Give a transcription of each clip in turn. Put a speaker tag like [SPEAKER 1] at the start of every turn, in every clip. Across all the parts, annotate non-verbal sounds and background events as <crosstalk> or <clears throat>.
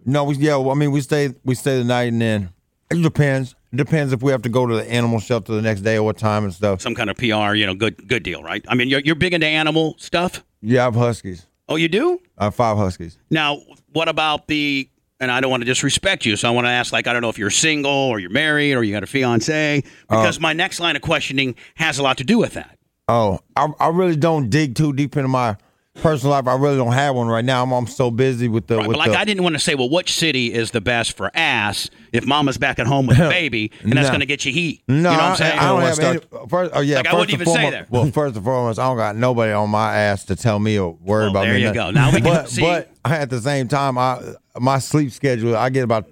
[SPEAKER 1] No, we yeah. Well, I mean, we stay we stay the night and then it depends. It depends if we have to go to the animal shelter the next day or what time and stuff.
[SPEAKER 2] Some kind of PR, you know, good good deal, right? I mean, you're, you're big into animal stuff.
[SPEAKER 1] Yeah, I have huskies.
[SPEAKER 2] Oh, you do?
[SPEAKER 1] I have five huskies.
[SPEAKER 2] Now, what about the? And I don't want to disrespect you, so I want to ask, like, I don't know if you're single or you're married or you got a
[SPEAKER 1] Uh,
[SPEAKER 2] fiance, because my next line of questioning has a lot to do with that.
[SPEAKER 1] Oh, I, I really don't dig too deep into my personal life. I really don't have one right now. I'm, I'm so busy with the
[SPEAKER 2] Right,
[SPEAKER 1] with
[SPEAKER 2] but like,
[SPEAKER 1] the,
[SPEAKER 2] I didn't want to say, well, which city is the best for ass if Mama's back at home with the baby, and that's
[SPEAKER 1] No.
[SPEAKER 2] going to get you heat.
[SPEAKER 1] No,
[SPEAKER 2] you know what
[SPEAKER 1] I-
[SPEAKER 2] I'm saying?
[SPEAKER 1] I, don't
[SPEAKER 2] Well,
[SPEAKER 1] have any. First, oh yeah,
[SPEAKER 2] Like, I
[SPEAKER 1] first
[SPEAKER 2] wouldn't
[SPEAKER 1] and
[SPEAKER 2] even say
[SPEAKER 1] foremost,
[SPEAKER 2] that. <laughs>
[SPEAKER 1] Well, first and foremost, I don't got nobody on my ass to tell me or worry
[SPEAKER 2] Well,
[SPEAKER 1] about
[SPEAKER 2] Oh, there
[SPEAKER 1] me.
[SPEAKER 2] you
[SPEAKER 1] nothing.
[SPEAKER 2] go. Now we can
[SPEAKER 1] but,
[SPEAKER 2] see-
[SPEAKER 1] But at the same time, I my sleep schedule, I get about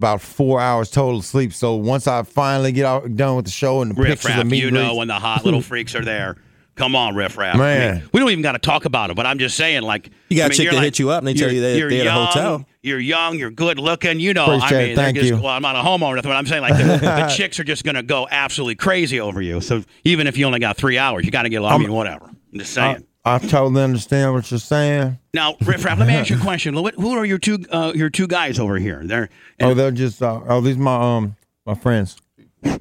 [SPEAKER 1] about four hours total sleep. So once I finally get out done with the show and the
[SPEAKER 2] riff
[SPEAKER 1] pictures
[SPEAKER 2] raff,
[SPEAKER 1] of me,
[SPEAKER 2] <laughs> you know, when the hot little freaks are there.
[SPEAKER 3] Come on, riff raff.
[SPEAKER 1] Man.
[SPEAKER 3] I mean, we don't even got to talk about it. But I'm just saying, like,
[SPEAKER 2] You got a
[SPEAKER 3] I mean,
[SPEAKER 2] chick
[SPEAKER 3] you're
[SPEAKER 2] that hit you up and they tell
[SPEAKER 3] you're-
[SPEAKER 2] you they-
[SPEAKER 3] you're
[SPEAKER 2] they had a
[SPEAKER 3] young,
[SPEAKER 2] hotel.
[SPEAKER 3] You're young, you're good looking. You know,
[SPEAKER 1] Appreciate
[SPEAKER 3] I
[SPEAKER 1] it.
[SPEAKER 3] mean, they're
[SPEAKER 1] Thank
[SPEAKER 3] just,
[SPEAKER 1] you.
[SPEAKER 3] Well, I'm not a homo or nothing, but I'm saying like
[SPEAKER 2] <laughs>
[SPEAKER 3] the, the chicks are just gonna go absolutely crazy over you. So even if you only got three hours, you got to get. along. I mean, whatever. I'm just
[SPEAKER 2] uh,
[SPEAKER 3] saying.
[SPEAKER 1] I totally understand what you're saying.
[SPEAKER 3] Now, Riff Raff, let me ask you a question. What, who are your two uh, your two guys over here? They're and
[SPEAKER 1] Oh, they're just uh, oh, these my um my friends.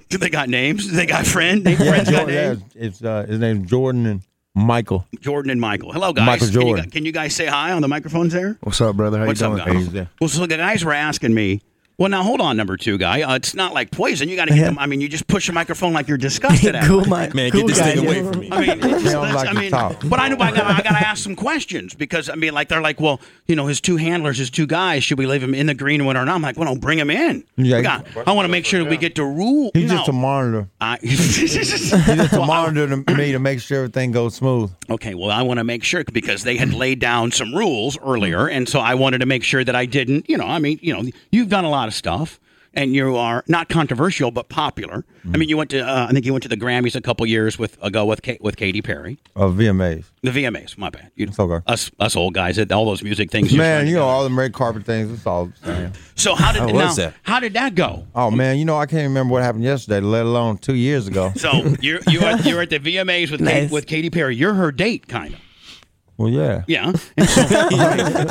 [SPEAKER 3] do they got names? Do They got
[SPEAKER 2] <laughs>
[SPEAKER 3] friend. They friends got
[SPEAKER 1] Jordan, yeah,
[SPEAKER 3] names.
[SPEAKER 1] it's uh, his name's Jordan and Michael.
[SPEAKER 3] Jordan and Michael. Hello, guys.
[SPEAKER 1] Michael
[SPEAKER 3] Can you
[SPEAKER 1] Jordan.
[SPEAKER 3] gu- Can you, guys say hi on the microphones there?
[SPEAKER 4] What's up, brother? How
[SPEAKER 3] What's
[SPEAKER 4] you
[SPEAKER 3] up,
[SPEAKER 4] doing?
[SPEAKER 3] guys?
[SPEAKER 1] Hey.
[SPEAKER 3] Well, so the guys were asking me. Well, now hold on, number two guy. Uh, it's not like poison. You got to get them. I mean, you just push your microphone like you're disgusted. <laughs>
[SPEAKER 1] <laughs>
[SPEAKER 3] at
[SPEAKER 5] cool,
[SPEAKER 3] it.
[SPEAKER 5] my,
[SPEAKER 2] Man, get
[SPEAKER 5] cool
[SPEAKER 2] this
[SPEAKER 5] guy,
[SPEAKER 2] thing
[SPEAKER 5] yeah.
[SPEAKER 2] away from me.
[SPEAKER 3] I mean, it's-
[SPEAKER 1] don't
[SPEAKER 3] that's-
[SPEAKER 1] like
[SPEAKER 3] I
[SPEAKER 1] to
[SPEAKER 3] mean,
[SPEAKER 1] talk.
[SPEAKER 3] but I know I got I got to ask some questions because I mean, like they're like, well, you know, his two handlers, his two guys, should we leave him in the green one or not? I'm like, well, don't bring him in. We
[SPEAKER 1] Yeah.
[SPEAKER 3] got- I want to make sure that we get to rule.
[SPEAKER 1] He's
[SPEAKER 3] no.
[SPEAKER 1] just a monitor.
[SPEAKER 3] I- <laughs>
[SPEAKER 1] He's just a monitor to me to make sure everything goes smooth.
[SPEAKER 3] okay, well, I want to make sure because they had laid down some rules earlier, and so I wanted to make sure that I didn't. You know, I mean, you know, you've done a lot of stuff. And you are not controversial, but popular. I mean, you went to uh, I think you went to the Grammys a couple years with ago with Ka- with Katy Perry.
[SPEAKER 1] Uh, VMAs.
[SPEAKER 3] The VMAs, my bad. You know,
[SPEAKER 1] okay.
[SPEAKER 3] us us old guys, that- all those music things.
[SPEAKER 1] Man, you know
[SPEAKER 3] know.
[SPEAKER 1] all the red carpet things. It's all. the same.
[SPEAKER 3] So how did
[SPEAKER 2] How
[SPEAKER 3] now,
[SPEAKER 2] was that?
[SPEAKER 3] how did that go?
[SPEAKER 1] Oh man, you know I can't remember what happened yesterday, let alone two years ago.
[SPEAKER 3] <laughs> So you're you are you're at the VMAs with Kate,
[SPEAKER 5] Nice.
[SPEAKER 3] with Katy Perry. You're her date, kind of.
[SPEAKER 1] Well, yeah.
[SPEAKER 3] Yeah. And so,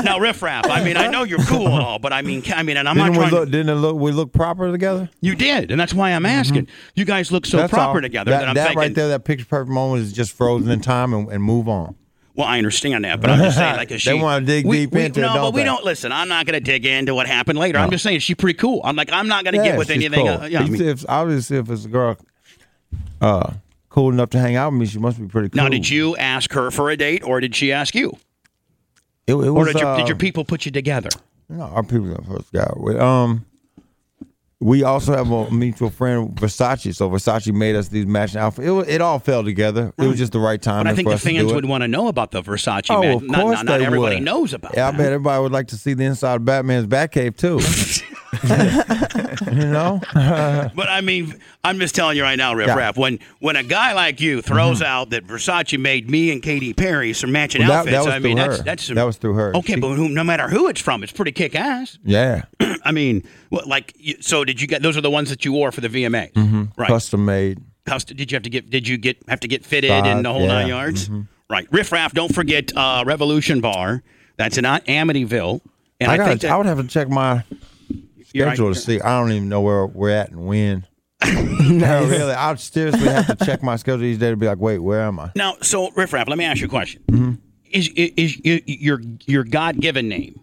[SPEAKER 3] now riff raff. I mean, I know you're cool and all, but I mean, I mean, and I'm
[SPEAKER 1] Didn't
[SPEAKER 3] not
[SPEAKER 1] we
[SPEAKER 3] trying.
[SPEAKER 1] look?
[SPEAKER 3] to,
[SPEAKER 1] Didn't it look? We look proper together.
[SPEAKER 3] you did, and that's why I'm asking. You guys look so proper
[SPEAKER 1] Mm-hmm. all.
[SPEAKER 3] together
[SPEAKER 1] That,
[SPEAKER 3] that, I'm
[SPEAKER 1] that
[SPEAKER 3] thinking.
[SPEAKER 1] right there, that picture perfect moment is just frozen in time and, and move on.
[SPEAKER 3] Well, I understand that, but I'm just saying, like,
[SPEAKER 1] <laughs> They
[SPEAKER 3] is she,
[SPEAKER 1] wanna dig
[SPEAKER 3] we,
[SPEAKER 1] deep
[SPEAKER 3] we,
[SPEAKER 1] into it,
[SPEAKER 3] no, but
[SPEAKER 1] don't
[SPEAKER 3] we
[SPEAKER 1] they?
[SPEAKER 3] don't listen. I'm not going to dig into what happened later. I'm just saying, she's pretty cool. I'm like, I'm not going to
[SPEAKER 1] yeah,
[SPEAKER 3] get with
[SPEAKER 1] she's
[SPEAKER 3] anything.
[SPEAKER 1] Cool.
[SPEAKER 3] uh, yeah, I
[SPEAKER 1] You
[SPEAKER 3] mean-
[SPEAKER 1] see if, obviously, if it's a girl, uh, cool enough to hang out with me, she must be pretty cool.
[SPEAKER 3] Now, did you ask her for a date, or did she ask you,
[SPEAKER 1] It, it was,
[SPEAKER 3] or did your, did
[SPEAKER 1] uh,
[SPEAKER 3] your people put you together?
[SPEAKER 1] No, our people that first got with. Um, we also have a mutual friend, Versace. So Versace made us these matching outfits. It, wa- it all fell together. It was just the right time.
[SPEAKER 3] But I think
[SPEAKER 1] for
[SPEAKER 3] the
[SPEAKER 1] us to do
[SPEAKER 3] fans
[SPEAKER 1] it.
[SPEAKER 3] would want to know about the Versace.
[SPEAKER 1] Oh,
[SPEAKER 3] man.
[SPEAKER 1] of
[SPEAKER 3] not,
[SPEAKER 1] course
[SPEAKER 3] not, not
[SPEAKER 1] they
[SPEAKER 3] everybody
[SPEAKER 1] would.
[SPEAKER 3] knows about.
[SPEAKER 1] Yeah, I
[SPEAKER 3] that.
[SPEAKER 1] bet everybody would like to see the inside of Batman's
[SPEAKER 3] <laughs>
[SPEAKER 1] Batcave too. you know,
[SPEAKER 3] But I mean, I'm just telling you right now, Riff
[SPEAKER 1] Yeah. Mm-hmm.
[SPEAKER 3] Raff. When when a guy like you throws out that Versace made me and Katy Perry some matching
[SPEAKER 1] Well, that-
[SPEAKER 3] outfits,
[SPEAKER 1] that was
[SPEAKER 3] I mean,
[SPEAKER 1] through
[SPEAKER 3] that's
[SPEAKER 1] her.
[SPEAKER 3] that's some-
[SPEAKER 1] That was through her.
[SPEAKER 3] Okay,
[SPEAKER 1] She-
[SPEAKER 3] but who, no matter who it's from, it's pretty kick ass.
[SPEAKER 1] yeah,
[SPEAKER 3] I mean, what, like, you- so did you get? Those are the ones that you wore for the VMA,
[SPEAKER 1] Mm-hmm.
[SPEAKER 3] right?
[SPEAKER 1] custom made.
[SPEAKER 3] custom, did you have to get did you get have to get fitted
[SPEAKER 1] Size,
[SPEAKER 3] and the whole nine
[SPEAKER 1] yeah. Mm-hmm.
[SPEAKER 3] yards? Right. Riff Raff, don't forget uh, Revolution Bar. That's in Amityville. And
[SPEAKER 1] I,
[SPEAKER 3] I,
[SPEAKER 1] got.
[SPEAKER 3] think
[SPEAKER 1] to
[SPEAKER 3] that,
[SPEAKER 1] I would have to check my
[SPEAKER 3] you're right.
[SPEAKER 1] schedule to see. I don't even know where we're at
[SPEAKER 3] <laughs>
[SPEAKER 1] and when. No, really, I would seriously have to check my schedule each day to be like, wait, where am I?
[SPEAKER 3] Now, so Riff Raff, let me ask you a question.
[SPEAKER 1] Mm-hmm.
[SPEAKER 3] Is, is, is y- your your God given name?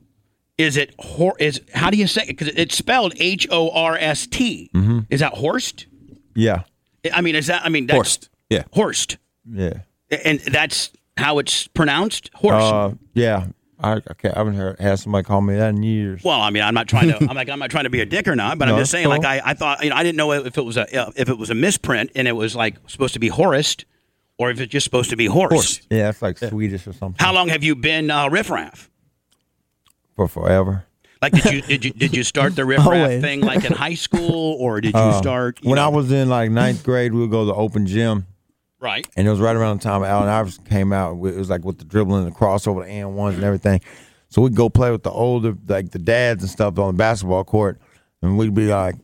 [SPEAKER 3] Is it hor? Is how do you say? Because it's spelled H O R S T.
[SPEAKER 1] Mm-hmm.
[SPEAKER 3] Is that Horst?
[SPEAKER 1] Yeah,
[SPEAKER 3] I mean, is that I mean that's,
[SPEAKER 2] Horst. Yeah.
[SPEAKER 3] Horst,
[SPEAKER 1] yeah,
[SPEAKER 3] and that's how it's pronounced. Horst.
[SPEAKER 1] uh, yeah. I, I, can't, I haven't heard had somebody call me that in years.
[SPEAKER 3] Well, I mean, I'm not trying to.
[SPEAKER 1] <laughs>
[SPEAKER 3] I'm like, I'm not trying to be a dick or not, but I'm
[SPEAKER 1] No,
[SPEAKER 3] just saying, like,
[SPEAKER 1] cool.
[SPEAKER 3] I, I thought, you know, I didn't know if it was a uh, if it was a misprint and it was like supposed to be Horst, or if it's just supposed to be Horst.
[SPEAKER 1] Yeah, it's like Swedish or something.
[SPEAKER 3] How long have you been uh, riffraff?
[SPEAKER 1] For forever.
[SPEAKER 3] Like, did you did you did you start the riffraff
[SPEAKER 5] Always.
[SPEAKER 3] thing like in high school, or did you start you
[SPEAKER 1] Oh. When
[SPEAKER 3] know-
[SPEAKER 1] I was in like ninth grade, we would go to the open gym.
[SPEAKER 3] right?
[SPEAKER 1] And it was right around the time Allen Iverson came out. It was like with the dribbling and the crossover, the and ones and everything. So we'd go play with the older, like the dads and stuff on the basketball court, and we'd be like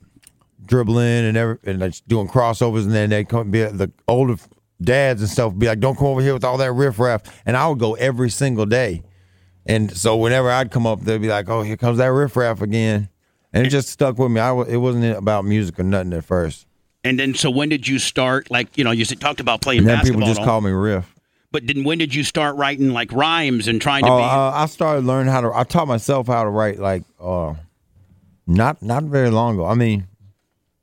[SPEAKER 1] dribbling and every and like doing crossovers, and then they'd come be the older dads and stuff would be like, "Don't come over here with all that riffraff." And I would go every single day, and so whenever I'd come up, they'd be like, "Oh, here comes that riffraff again," and it just stuck with me. I w- it wasn't about music or nothing at first,
[SPEAKER 3] And then, so when did you start? Like, you know, you said- talked about playing
[SPEAKER 1] and then people
[SPEAKER 3] basketball,
[SPEAKER 1] just
[SPEAKER 3] and all,
[SPEAKER 1] call me Riff.
[SPEAKER 3] but then when did you start writing like rhymes and trying to
[SPEAKER 1] Oh,
[SPEAKER 3] be?
[SPEAKER 1] uh, I started learning how to. I taught myself how to write like, uh, not not very long ago. I mean,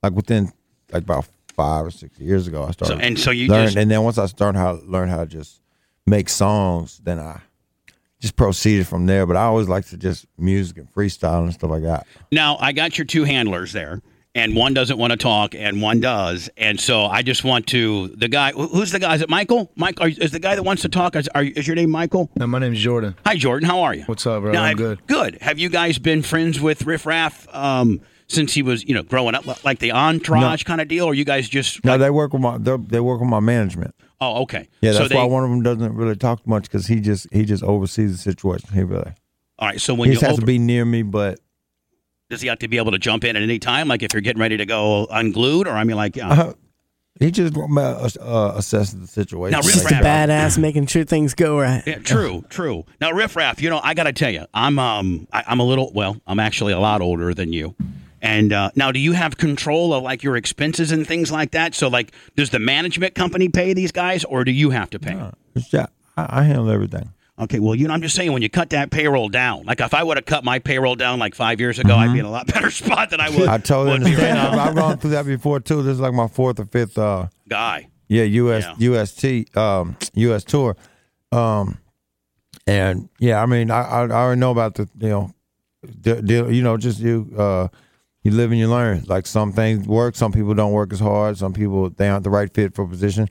[SPEAKER 1] like within like about five or six years ago, I started.
[SPEAKER 3] and so you
[SPEAKER 1] learned,
[SPEAKER 3] just-
[SPEAKER 1] and then once I started how learn how to just make songs, then I just proceeded from there. But I always like to just music and freestyle and stuff like that.
[SPEAKER 3] Now I got your two handlers there, and one doesn't want to talk, and one does, and so I just want to the guy. who- Who's the guy? Is it Michael? Mike are, is the guy that wants to talk? Is, are, is your name Michael?
[SPEAKER 4] No, my name's Jordan.
[SPEAKER 3] Hi, Jordan. How are you?
[SPEAKER 4] What's up, bro?
[SPEAKER 3] Now,
[SPEAKER 4] I'm
[SPEAKER 3] have-
[SPEAKER 4] good.
[SPEAKER 3] Good. Have you guys been friends with Riff Raff um, since he was, you know, growing up, like the entourage kind of deal? Or you guys just
[SPEAKER 1] No, they work with my they they work with my management.
[SPEAKER 3] Oh, okay.
[SPEAKER 1] Yeah,
[SPEAKER 3] So
[SPEAKER 1] that's
[SPEAKER 3] they-
[SPEAKER 1] why one of them doesn't really talk much because he just he just oversees the situation. He really
[SPEAKER 3] All right. So
[SPEAKER 1] he
[SPEAKER 3] when you
[SPEAKER 1] just has
[SPEAKER 3] over,
[SPEAKER 1] to be near me, but
[SPEAKER 3] does he have to be able to jump in at any time? Like if you're getting ready to go unglued, or I mean, like uh,
[SPEAKER 1] uh, he just uh, uh, assesses the situation.
[SPEAKER 3] Now, Riff
[SPEAKER 1] Like,
[SPEAKER 3] Raff-
[SPEAKER 2] Badass making sure things go right.
[SPEAKER 3] yeah, true, true. Now, riff raff, you know, I gotta tell you, I'm um, I, I'm a little well, I'm actually a lot older than you. And uh, now, do you have control of like your expenses and things like that? So, like, does the management company pay these guys, or do you have to pay?
[SPEAKER 1] it's- yeah, I, I handle everything.
[SPEAKER 3] Okay, well, you know, I'm just saying when you cut that payroll down, like if I would have cut my payroll down like five years ago, I'd be in a lot <laughs> better spot than I would.
[SPEAKER 1] I totally
[SPEAKER 3] would be right
[SPEAKER 1] understand. I've,
[SPEAKER 3] now.
[SPEAKER 1] I've gone through that before too. This is like my fourth or fifth. Uh,
[SPEAKER 3] Guy,
[SPEAKER 1] yeah, US
[SPEAKER 3] Yeah.
[SPEAKER 1] UST um, US tour, um, and yeah, I mean, I, I, I already know about the you know, de- deal. You know, just you uh, you live and you learn. Like some things work, some people don't work as hard. Some people they aren't the right fit for a position.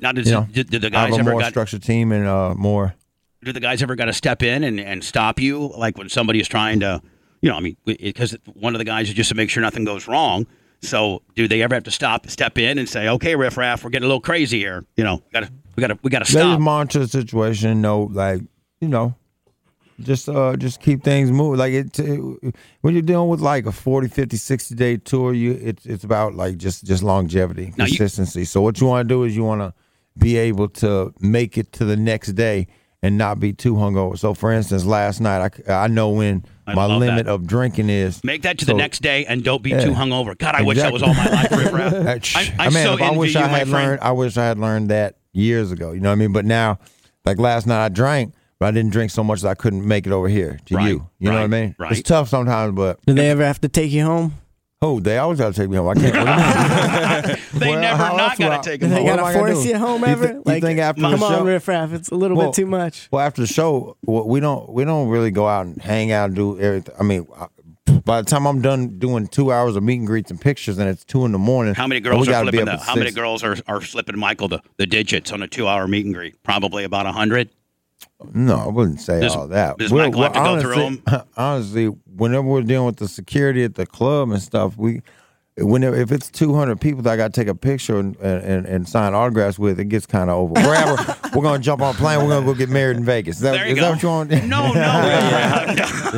[SPEAKER 3] now did,
[SPEAKER 1] You know,
[SPEAKER 3] did, did the
[SPEAKER 1] I
[SPEAKER 3] guys
[SPEAKER 1] have a
[SPEAKER 3] ever
[SPEAKER 1] more
[SPEAKER 3] got
[SPEAKER 1] structured team and uh, more.
[SPEAKER 3] do the guys ever got to step in and, and stop you like when somebody is trying to you know i mean because one of the guys is just to make sure nothing goes wrong so do they ever have to stop step in and say okay riff raff we're getting a little crazy here you know gotta we gotta we gotta
[SPEAKER 1] They just
[SPEAKER 3] stop
[SPEAKER 1] monitor the situation. and Know like you know, just uh, just keep things moving. Like it, it- when you're dealing with like a 40, 50, 60 day tour, you it's it's about like just just longevity,
[SPEAKER 3] Now you-
[SPEAKER 1] consistency. so what you want to do is you want to be able to make it to the next day and not be too hungover. So for instance, last night I c- I know when
[SPEAKER 3] I
[SPEAKER 1] my
[SPEAKER 3] love that.
[SPEAKER 1] limit of drinking is.
[SPEAKER 3] make that to
[SPEAKER 1] So-
[SPEAKER 3] the next day and don't be too hungover god i wish that was all my
[SPEAKER 1] Exactly.
[SPEAKER 3] life riff raff
[SPEAKER 1] <laughs> Uh,
[SPEAKER 3] I-
[SPEAKER 1] I
[SPEAKER 3] I
[SPEAKER 1] mean,
[SPEAKER 3] so
[SPEAKER 1] if I
[SPEAKER 3] envy
[SPEAKER 1] wish
[SPEAKER 3] you,
[SPEAKER 1] I
[SPEAKER 3] my
[SPEAKER 1] had
[SPEAKER 3] friend.
[SPEAKER 1] learned. I wish I had learned that years ago. You know what I mean? But now, like last night, I drank, but I didn't drink so much that I couldn't make it over here to
[SPEAKER 3] Right,
[SPEAKER 1] you. You know what I
[SPEAKER 3] right,
[SPEAKER 1] mean?
[SPEAKER 3] right.
[SPEAKER 1] It's tough sometimes, but
[SPEAKER 2] Do they ever have to take you home?
[SPEAKER 1] oh, they always gotta take me home.
[SPEAKER 3] <laughs>
[SPEAKER 1] I can't. What do you mean?
[SPEAKER 3] they
[SPEAKER 1] Well,
[SPEAKER 3] never
[SPEAKER 1] how
[SPEAKER 3] not
[SPEAKER 1] else will
[SPEAKER 3] gotta
[SPEAKER 1] I-
[SPEAKER 3] take
[SPEAKER 2] Do
[SPEAKER 3] them
[SPEAKER 1] Well,
[SPEAKER 3] home.
[SPEAKER 2] they
[SPEAKER 1] what
[SPEAKER 2] gotta
[SPEAKER 1] am I gonna
[SPEAKER 2] force
[SPEAKER 1] do?
[SPEAKER 2] you home
[SPEAKER 1] You
[SPEAKER 2] ever?
[SPEAKER 1] thi- you think after the
[SPEAKER 2] come
[SPEAKER 1] show-
[SPEAKER 2] on, riff raff. It's a little
[SPEAKER 1] Well,
[SPEAKER 2] bit too much.
[SPEAKER 1] Well, after the show, w- we don't we don't really go out and hang out and do everything. I mean, I- by the time I'm done doing two hours of meet and greets and pictures, and it's two in the morning.
[SPEAKER 3] how many
[SPEAKER 1] and we
[SPEAKER 3] girls are
[SPEAKER 1] gotta be
[SPEAKER 3] flipping
[SPEAKER 1] up
[SPEAKER 3] the,
[SPEAKER 1] at
[SPEAKER 3] how many
[SPEAKER 1] six.
[SPEAKER 3] girls are, are flipping michael the, the digits on a two-hour meet and greet probably about 100
[SPEAKER 1] No, I wouldn't say
[SPEAKER 3] Does-
[SPEAKER 1] all that.
[SPEAKER 3] does
[SPEAKER 1] We're-
[SPEAKER 3] Michael have
[SPEAKER 1] we're
[SPEAKER 3] to go through
[SPEAKER 1] honestly- <laughs> Honestly, whenever we're dealing with the security at the club and stuff, we whenever if it's two hundred people that I got to take a picture and, and, and sign autographs with, it gets kind of over. We're, ever, <laughs> we're gonna jump on a plane. We're gonna go get married in Vegas. Is that,
[SPEAKER 3] There you
[SPEAKER 1] is
[SPEAKER 3] go.
[SPEAKER 1] that what you want? <laughs>
[SPEAKER 3] No, no,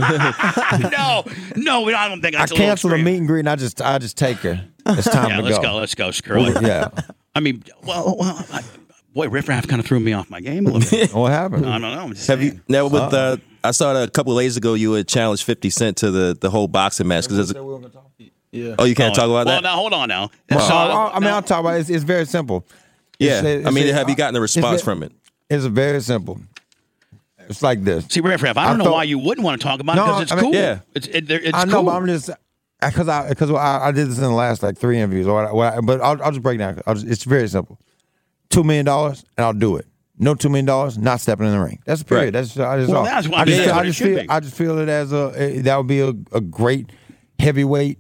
[SPEAKER 3] no, no, we- I don't think
[SPEAKER 1] I
[SPEAKER 3] that's a little
[SPEAKER 1] cancel the
[SPEAKER 3] extreme.
[SPEAKER 1] meet and greet. and I just I just take her.
[SPEAKER 3] <laughs>
[SPEAKER 1] It's time
[SPEAKER 3] Yeah,
[SPEAKER 1] to
[SPEAKER 3] let's go.
[SPEAKER 1] go.
[SPEAKER 3] Let's go. Screw it.
[SPEAKER 1] <laughs> Yeah.
[SPEAKER 3] I mean, well, well I, boy, Riff Raff kind of threw me off my game a little
[SPEAKER 1] <laughs>
[SPEAKER 3] bit.
[SPEAKER 1] What happened?
[SPEAKER 3] I don't know. I'm just
[SPEAKER 4] Have
[SPEAKER 3] saying.
[SPEAKER 4] you now with uh, I saw that a couple of days ago you had challenged Fifty Cent to the, the whole boxing match because oh you can't talk
[SPEAKER 3] well,
[SPEAKER 4] about that.
[SPEAKER 3] now hold on now.
[SPEAKER 1] Well,
[SPEAKER 3] So-
[SPEAKER 1] I, I mean,
[SPEAKER 3] no.
[SPEAKER 1] I'll talk about it. It's, it's very simple.
[SPEAKER 4] yeah,
[SPEAKER 1] It's a- it's
[SPEAKER 4] I mean,
[SPEAKER 1] a-
[SPEAKER 4] have you gotten a
[SPEAKER 1] it's
[SPEAKER 4] response
[SPEAKER 1] ve-
[SPEAKER 4] from it?
[SPEAKER 1] It's very simple. It's like this.
[SPEAKER 3] see, Riff Raff, I don't
[SPEAKER 1] I
[SPEAKER 3] know
[SPEAKER 1] thought-
[SPEAKER 3] why you wouldn't want to talk about it
[SPEAKER 1] No,
[SPEAKER 3] because it's
[SPEAKER 1] I mean-
[SPEAKER 3] cool.
[SPEAKER 4] Yeah.
[SPEAKER 3] it's it, there- it's
[SPEAKER 1] I know,
[SPEAKER 3] cool.
[SPEAKER 1] but I'm just because I because I, I did this in the last like three interviews. Or what I, but I'll, I'll just break it down. I'll just, it's very simple. Two million dollars, and I'll do it. No two million dollars, not stepping in the ring. That's period.
[SPEAKER 4] Right.
[SPEAKER 1] That's just, I just
[SPEAKER 3] Well,
[SPEAKER 1] all.
[SPEAKER 3] that's why-
[SPEAKER 1] I just,
[SPEAKER 3] yeah,
[SPEAKER 1] feel-
[SPEAKER 3] that's
[SPEAKER 1] I
[SPEAKER 3] what it
[SPEAKER 1] just
[SPEAKER 3] should
[SPEAKER 1] feel
[SPEAKER 3] be.
[SPEAKER 1] I just feel it as a eh, that would be a, a great heavyweight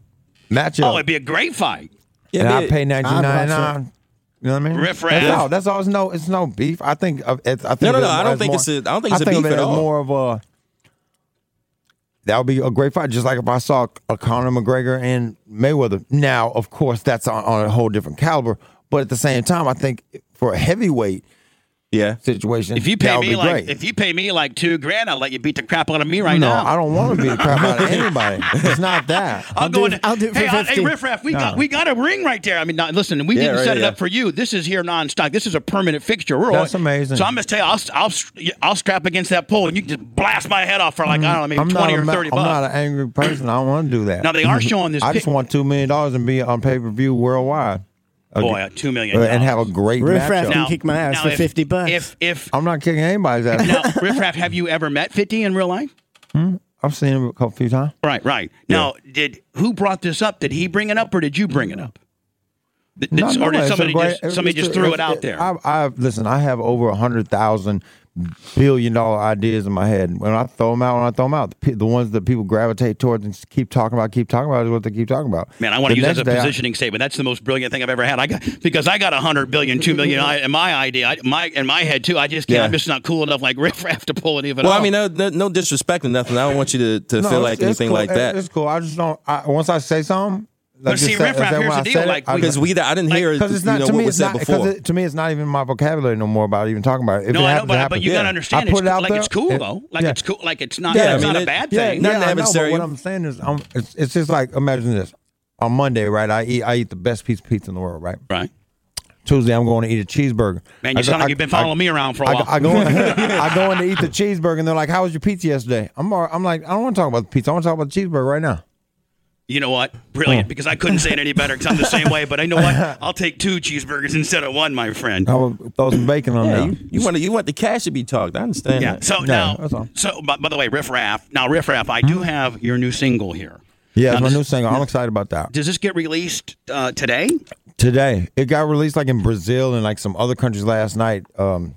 [SPEAKER 1] matchup.
[SPEAKER 3] oh, it'd be a great fight.
[SPEAKER 1] and
[SPEAKER 4] Yeah,
[SPEAKER 1] I pay nineteen ninety nine. You know what I mean?
[SPEAKER 3] Riff
[SPEAKER 1] that's
[SPEAKER 3] raff.
[SPEAKER 1] all. That's all. It's no. It's no beef. I think. of- It's, I think
[SPEAKER 4] no,
[SPEAKER 1] of
[SPEAKER 4] no,
[SPEAKER 1] it
[SPEAKER 4] I don't
[SPEAKER 1] as
[SPEAKER 4] think
[SPEAKER 1] more-
[SPEAKER 4] it's a- I don't think it's a
[SPEAKER 1] of
[SPEAKER 4] beef
[SPEAKER 1] it
[SPEAKER 4] at
[SPEAKER 1] as
[SPEAKER 4] all.
[SPEAKER 1] More of a. That would be a great fight, just like if I saw a Conor McGregor and Mayweather. Now, of course, that's on, on a whole different caliber. But at the same time, I think for a heavyweight
[SPEAKER 4] yeah.
[SPEAKER 1] situation,
[SPEAKER 3] If you
[SPEAKER 1] that
[SPEAKER 3] pay
[SPEAKER 1] would
[SPEAKER 3] me
[SPEAKER 1] be
[SPEAKER 3] like
[SPEAKER 1] great.
[SPEAKER 3] if you pay me like two grand, I'll let you beat the crap out of me right
[SPEAKER 1] no,
[SPEAKER 3] now.
[SPEAKER 1] I don't want to be the crap out
[SPEAKER 3] <laughs>
[SPEAKER 1] of anybody. It's not that.
[SPEAKER 3] I'll, go
[SPEAKER 2] do
[SPEAKER 3] in.
[SPEAKER 2] it- I'll do it for
[SPEAKER 3] hey, I- hey,
[SPEAKER 2] 50.
[SPEAKER 3] riff raff, we got we got a ring right there. I mean, now, listen, we
[SPEAKER 4] Yeah,
[SPEAKER 3] didn't
[SPEAKER 4] right,
[SPEAKER 3] set it
[SPEAKER 4] yeah.
[SPEAKER 3] up for you. This is here non-stop. This is a permanent fixture. We're
[SPEAKER 1] That's
[SPEAKER 3] all-
[SPEAKER 1] amazing.
[SPEAKER 3] So I'm gonna tell you, I'll I'll I'll strap against that pole, and you can just blast my head off for like I don't know, maybe
[SPEAKER 1] Mm-hmm. I'm not,
[SPEAKER 3] twenty
[SPEAKER 1] a
[SPEAKER 3] or
[SPEAKER 1] ma-
[SPEAKER 3] thirty
[SPEAKER 1] I'm not
[SPEAKER 3] bucks.
[SPEAKER 1] an angry person. I don't want to do that.
[SPEAKER 3] Now they are showing this.
[SPEAKER 1] I just
[SPEAKER 3] pic-
[SPEAKER 1] want two million dollars and be on pay per view worldwide.
[SPEAKER 3] boy uh, two million
[SPEAKER 1] Uh, and have a
[SPEAKER 3] dollars.
[SPEAKER 1] great
[SPEAKER 2] Riff Raff
[SPEAKER 1] matchup.
[SPEAKER 2] can kick my ass
[SPEAKER 3] now
[SPEAKER 2] for
[SPEAKER 3] if-
[SPEAKER 2] 50 bucks.
[SPEAKER 3] If if
[SPEAKER 1] I'm not kicking anybody's ass.
[SPEAKER 3] now, riff raff, have you ever met Fifty in real life?
[SPEAKER 1] I've seen him a couple few times.
[SPEAKER 3] Right, right. Now, did who brought this up? Did he bring it up, or did you bring it up? Th-
[SPEAKER 1] No,
[SPEAKER 3] th-
[SPEAKER 1] no
[SPEAKER 3] or
[SPEAKER 1] way.
[SPEAKER 3] did
[SPEAKER 1] It's a
[SPEAKER 3] somebody
[SPEAKER 1] great-
[SPEAKER 3] just somebody
[SPEAKER 1] it's
[SPEAKER 3] just
[SPEAKER 1] a-
[SPEAKER 3] threw it
[SPEAKER 1] it's-
[SPEAKER 3] out there?
[SPEAKER 1] I, I listen. I have over a hundred thousand billion dollar ideas in my head. When I throw them out, when I throw them out, the, pe- the ones that people gravitate towards and just keep talking about, keep talking about is what they keep talking about.
[SPEAKER 3] Man, I want to
[SPEAKER 1] The
[SPEAKER 3] use that as a
[SPEAKER 1] next day, I-
[SPEAKER 3] positioning statement. That's the most brilliant thing I've ever had. I got because I got a hundred billion, two million I, in my idea, I, my in my head too. I just can't.
[SPEAKER 4] Yeah.
[SPEAKER 3] I'm just not cool enough like <laughs> riff raff to pull it even.
[SPEAKER 4] Well,
[SPEAKER 3] off.
[SPEAKER 4] I mean, no, no, no disrespect or nothing. I don't want you to, to
[SPEAKER 1] No,
[SPEAKER 4] feel
[SPEAKER 1] it's-
[SPEAKER 4] like
[SPEAKER 1] it's
[SPEAKER 4] anything
[SPEAKER 1] cool.
[SPEAKER 4] like
[SPEAKER 1] It-
[SPEAKER 4] that.
[SPEAKER 1] It's cool. I just don't. I, once I say something,
[SPEAKER 3] But see, Riff Raff, here's the deal. Like, we-
[SPEAKER 4] Because we, I didn't hear
[SPEAKER 1] because it's not
[SPEAKER 4] you know,
[SPEAKER 1] to
[SPEAKER 4] what
[SPEAKER 1] me.
[SPEAKER 4] was
[SPEAKER 1] It's
[SPEAKER 4] said
[SPEAKER 1] not
[SPEAKER 4] before.
[SPEAKER 1] because it, to me. It's not even my vocabulary no more about even talking about it. If
[SPEAKER 3] No,
[SPEAKER 1] it
[SPEAKER 3] I know,
[SPEAKER 1] happens, it
[SPEAKER 3] but, but
[SPEAKER 1] happens.
[SPEAKER 3] you
[SPEAKER 1] Yeah.
[SPEAKER 3] gotta understand.
[SPEAKER 1] I
[SPEAKER 3] It's,
[SPEAKER 1] put it out
[SPEAKER 3] like
[SPEAKER 1] there.
[SPEAKER 3] it's cool
[SPEAKER 1] Yeah.
[SPEAKER 3] though. Like
[SPEAKER 1] Yeah.
[SPEAKER 3] it's cool. Like it's not.
[SPEAKER 4] Yeah, I
[SPEAKER 3] it's
[SPEAKER 4] mean,
[SPEAKER 3] not a
[SPEAKER 4] it-
[SPEAKER 3] bad
[SPEAKER 4] yeah,
[SPEAKER 3] thing.
[SPEAKER 4] no,
[SPEAKER 1] yeah,
[SPEAKER 4] Nothing
[SPEAKER 1] I
[SPEAKER 4] happens,
[SPEAKER 1] know,
[SPEAKER 4] Sarah.
[SPEAKER 1] but what I'm saying is, um, it's, it's just like imagine this. On Monday, right? I eat. I eat the best piece of pizza in the world, right?
[SPEAKER 3] Right.
[SPEAKER 1] Tuesday, I'm going to eat a cheeseburger.
[SPEAKER 3] Man, you
[SPEAKER 1] I go-
[SPEAKER 3] sound like
[SPEAKER 1] I-
[SPEAKER 3] you've been following
[SPEAKER 1] I-
[SPEAKER 3] me around for a
[SPEAKER 1] I,
[SPEAKER 3] while.
[SPEAKER 1] go- I <laughs> go in, I go in to eat the cheeseburger, and they're like, "How was your pizza yesterday?" I'm all, I'm like, I don't want to talk about the pizza. I want to talk about the cheeseburger right now.
[SPEAKER 3] You know what?
[SPEAKER 1] Hmm.
[SPEAKER 3] Brilliant, because I couldn't say it any better because I'm the same way. But I know
[SPEAKER 1] <laughs>
[SPEAKER 3] what? I'll take two cheeseburgers instead of one, my friend.
[SPEAKER 1] I will throw some bacon on
[SPEAKER 4] Yeah,
[SPEAKER 1] there.
[SPEAKER 4] you, you want to, you want the cash to be talked. I understand.
[SPEAKER 3] Yeah.
[SPEAKER 4] that.
[SPEAKER 3] So
[SPEAKER 1] that's
[SPEAKER 3] now,
[SPEAKER 1] all. Hmm?
[SPEAKER 3] so by, by the way, Riff Raff. Now, Riff Raff, I do have your new single here.
[SPEAKER 1] yeah,
[SPEAKER 3] Now,
[SPEAKER 1] it's my
[SPEAKER 3] does-
[SPEAKER 1] new single. I'm excited about that.
[SPEAKER 3] Does this get released uh, today?
[SPEAKER 1] today. It got released like in Brazil and like some other countries last night. Um,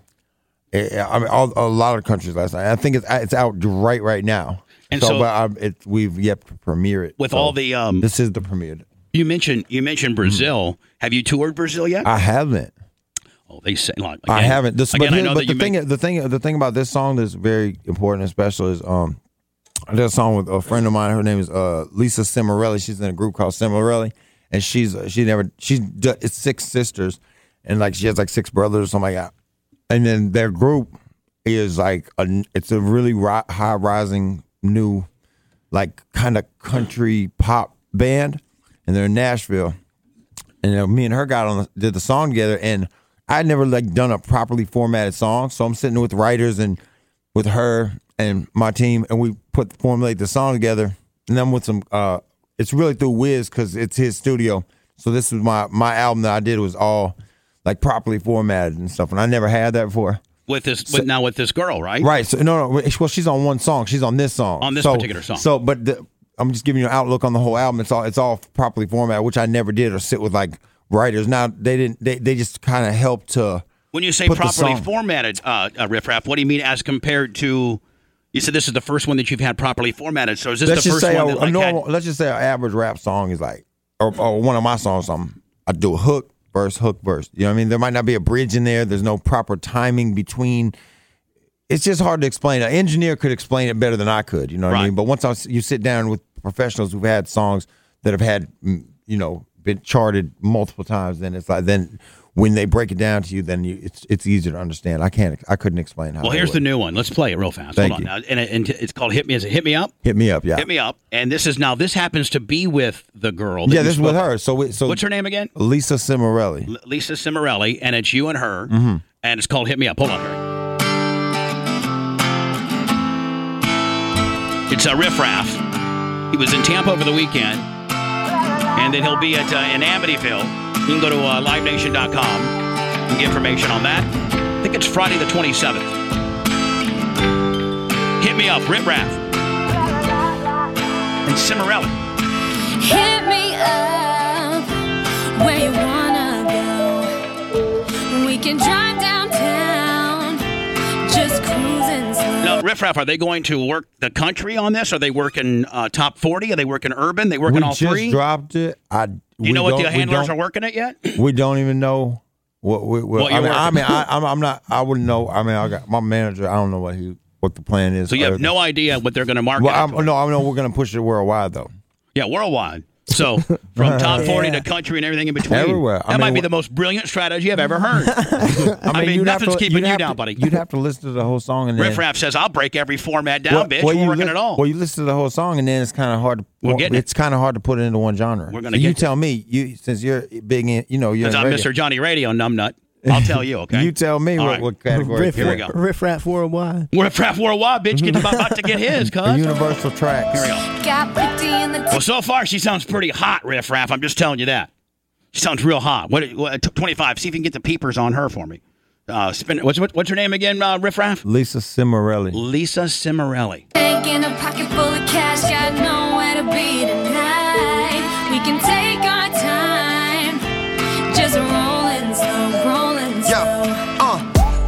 [SPEAKER 1] it, I mean, all, a lot of countries last night. I think it's it's out right right now.
[SPEAKER 3] And
[SPEAKER 1] so,
[SPEAKER 3] so-
[SPEAKER 1] but I'm, it, we've yet to premiere it
[SPEAKER 3] With
[SPEAKER 1] So
[SPEAKER 3] all the um,
[SPEAKER 1] Oh. This is the premiere.
[SPEAKER 3] you mentioned you mentioned Brazil. Have you toured Brazil yet?
[SPEAKER 1] I haven't.
[SPEAKER 3] oh, they say. Like,
[SPEAKER 1] I
[SPEAKER 3] again-
[SPEAKER 1] haven't. This,
[SPEAKER 3] again,
[SPEAKER 1] but
[SPEAKER 3] I
[SPEAKER 1] here-
[SPEAKER 3] know
[SPEAKER 1] but
[SPEAKER 3] that
[SPEAKER 1] the
[SPEAKER 3] you
[SPEAKER 1] thing,
[SPEAKER 3] make-
[SPEAKER 1] is- the thing, the thing about this song that's very important and special is um, I did a song with a friend of mine. Her name is uh Lisa Cimarelli. She's in a group called Cimarelli, and she's uh, she never she's d- it's six sisters, and like she has like six brothers or something like that. And then their group is like a it's a really ri- high rising new like kind of country pop band, and they're in Nashville and uh, me and her got on the, did the song together and i'd never like done a properly formatted song so i'm sitting with writers and with her and my team and we put formulate the song together and then with some uh it's really through wiz because it's his studio so this was my my album that i did was all like properly formatted and stuff and i never had that before
[SPEAKER 3] with this with, now with this girl, right?
[SPEAKER 1] Right. So no, no. Well, she's on one song. She's on this song.
[SPEAKER 3] On this
[SPEAKER 1] So-
[SPEAKER 3] particular song.
[SPEAKER 1] So, but the, I'm just giving you an outlook on the whole album. It's all it's all properly formatted, which I never did, or sit with like writers. Now they didn't. They they just kind of helped to.
[SPEAKER 3] When you say
[SPEAKER 1] put the
[SPEAKER 3] properly
[SPEAKER 1] song.
[SPEAKER 3] formatted, uh, uh, Riff Raff, what do you mean as compared to? You said this is the first one that you've had properly formatted. So is this
[SPEAKER 1] Let's
[SPEAKER 3] the
[SPEAKER 1] just
[SPEAKER 3] first
[SPEAKER 1] say a,
[SPEAKER 3] one? that,
[SPEAKER 1] a
[SPEAKER 3] like, had-
[SPEAKER 1] normal. Let's just say an average rap song is like, or, or one of my songs. Something I do a hook verse, hook verse. You know what I mean? There might not be a bridge in there. There's no proper timing between. It's just hard to explain. An engineer could explain it better than I could. You know what I
[SPEAKER 3] Right.
[SPEAKER 1] mean? But once I, s- you sit down with professionals who've had songs that have had, mm, you know, been charted multiple times, then it's like then when they break it down to you, then you, it's it's easier to understand. I can't. I couldn't explain how.
[SPEAKER 3] Well,
[SPEAKER 1] they
[SPEAKER 3] here's the
[SPEAKER 1] would.
[SPEAKER 3] new one. Let's play it real fast.
[SPEAKER 1] Thank
[SPEAKER 3] Hold
[SPEAKER 1] you.
[SPEAKER 3] on. Now, And, and it's called "Hit Me." Is it "Hit Me Up"?
[SPEAKER 1] Hit me up, yeah.
[SPEAKER 3] Hit me up. And this is now. This happens to be with the girl. that
[SPEAKER 1] yeah,
[SPEAKER 3] you
[SPEAKER 1] this is with
[SPEAKER 3] spoke-
[SPEAKER 1] her. So we, so
[SPEAKER 3] What's her name again?
[SPEAKER 1] Lisa Cimarelli.
[SPEAKER 3] L- Lisa Cimarelli, and it's you and her,
[SPEAKER 1] Mm-hmm.
[SPEAKER 3] and it's called "Hit Me Up." Hold on. Here. It's a riff raff. He was in Tampa over the weekend, and then he'll be at uh, in Amityville. You can go to uh, LiveNation.com and get information on that. I think it's Friday the 27th. Hit me up, Rip Raff and Cimarelli.
[SPEAKER 5] Hit me up where you wanna go. We can drive downtown, just cruising slow.
[SPEAKER 3] Now, Riff Raff, are they going to work the country on this? Are they working uh, top 40? Are they working urban? They working
[SPEAKER 1] we
[SPEAKER 3] all
[SPEAKER 1] just
[SPEAKER 3] three?
[SPEAKER 1] dropped it. I.
[SPEAKER 3] Do you know what the handlers
[SPEAKER 1] we
[SPEAKER 3] are
[SPEAKER 1] don't,
[SPEAKER 3] working it yet?
[SPEAKER 1] We don't even know what we. What,
[SPEAKER 3] What
[SPEAKER 1] I,
[SPEAKER 3] you're
[SPEAKER 1] mean, I
[SPEAKER 3] working.
[SPEAKER 1] mean, I, I'm, I'm not. I wouldn't know. I mean, I got my manager. I don't know what he what the plan is.
[SPEAKER 3] So you
[SPEAKER 1] or
[SPEAKER 3] have no idea what they're going to market.
[SPEAKER 1] Well,
[SPEAKER 3] it
[SPEAKER 1] I'm,
[SPEAKER 3] to.
[SPEAKER 1] no, I know we're gonna push it worldwide though.
[SPEAKER 3] yeah, worldwide. So from
[SPEAKER 1] <laughs>
[SPEAKER 3] top 40 to country and everything in between.
[SPEAKER 1] Everywhere. I
[SPEAKER 3] that might
[SPEAKER 1] mean,
[SPEAKER 3] be
[SPEAKER 1] wh-
[SPEAKER 3] the most brilliant strategy I've ever
[SPEAKER 1] <laughs>
[SPEAKER 3] heard.
[SPEAKER 1] I
[SPEAKER 3] mean,
[SPEAKER 1] you'd have
[SPEAKER 3] nothing's keeping
[SPEAKER 1] you'd
[SPEAKER 3] you
[SPEAKER 1] have
[SPEAKER 3] down,
[SPEAKER 1] to-
[SPEAKER 3] buddy.
[SPEAKER 1] You'd have to listen to the whole song and then.
[SPEAKER 3] Riff Raff says, I'll break every format down, bitch.
[SPEAKER 1] well,
[SPEAKER 3] We're
[SPEAKER 1] you
[SPEAKER 3] working
[SPEAKER 1] lis-
[SPEAKER 3] it all.
[SPEAKER 1] Well, you listen to the whole song, and then it's kind of hard. To,
[SPEAKER 3] We're getting it.
[SPEAKER 1] it's kind of hard to put it into one genre.
[SPEAKER 3] We're gonna
[SPEAKER 1] So you
[SPEAKER 3] get
[SPEAKER 1] tell me, you since you're big in, you know, you're
[SPEAKER 3] Since
[SPEAKER 1] in
[SPEAKER 3] I'm
[SPEAKER 1] radio,
[SPEAKER 3] Mr. Johnny Radio,
[SPEAKER 1] <laughs>
[SPEAKER 3] numbnut. I'll tell you, okay?
[SPEAKER 1] You tell me
[SPEAKER 3] All
[SPEAKER 1] what,
[SPEAKER 3] right.
[SPEAKER 1] what category.
[SPEAKER 2] Riff,
[SPEAKER 1] it's in.
[SPEAKER 3] we go.
[SPEAKER 2] riff raff worldwide.
[SPEAKER 3] Riff Raff worldwide, bitch. Get about, about to get
[SPEAKER 1] <laughs>
[SPEAKER 3] his,
[SPEAKER 1] The
[SPEAKER 3] cuz.
[SPEAKER 1] universal tracks.
[SPEAKER 5] Got 50 in the
[SPEAKER 3] Well, so far she sounds pretty hot, Riff Raff. I'm just telling you that. She sounds real hot. What? what t- 25. See if you can get the peepers on her for me. Uh, spin, what's what, what's her name again? Uh, Riff Raff.
[SPEAKER 1] Lisa Cimarelli.
[SPEAKER 3] Lisa Cimarelli.
[SPEAKER 5] tank in a pocket full of cash. Got nowhere to be tonight. We can take our time, just rolling slow, rolling
[SPEAKER 6] Yeah,
[SPEAKER 5] slow.
[SPEAKER 6] uh,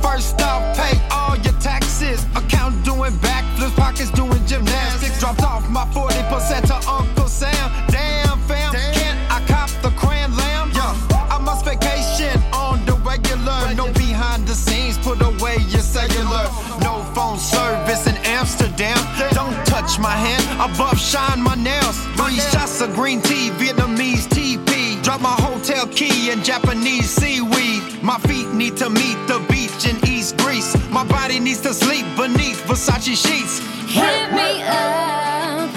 [SPEAKER 6] first off, pay all your taxes. Account doing backflips, pockets doing gymnastics. Dropped off my 40% to Uncle Sam. Damn, fam, can't I cop the cran lamb? Yeah, I must vacation on the regular. No behind the scenes, put away your cellular. No phone service in Amsterdam. Don't touch my hand, above shine my nails. Three shots of green tea, Vietnamese key and Japanese seaweed. My feet need to meet the beach in East Greece. My body needs to sleep beneath Versace sheets.
[SPEAKER 5] Hit me up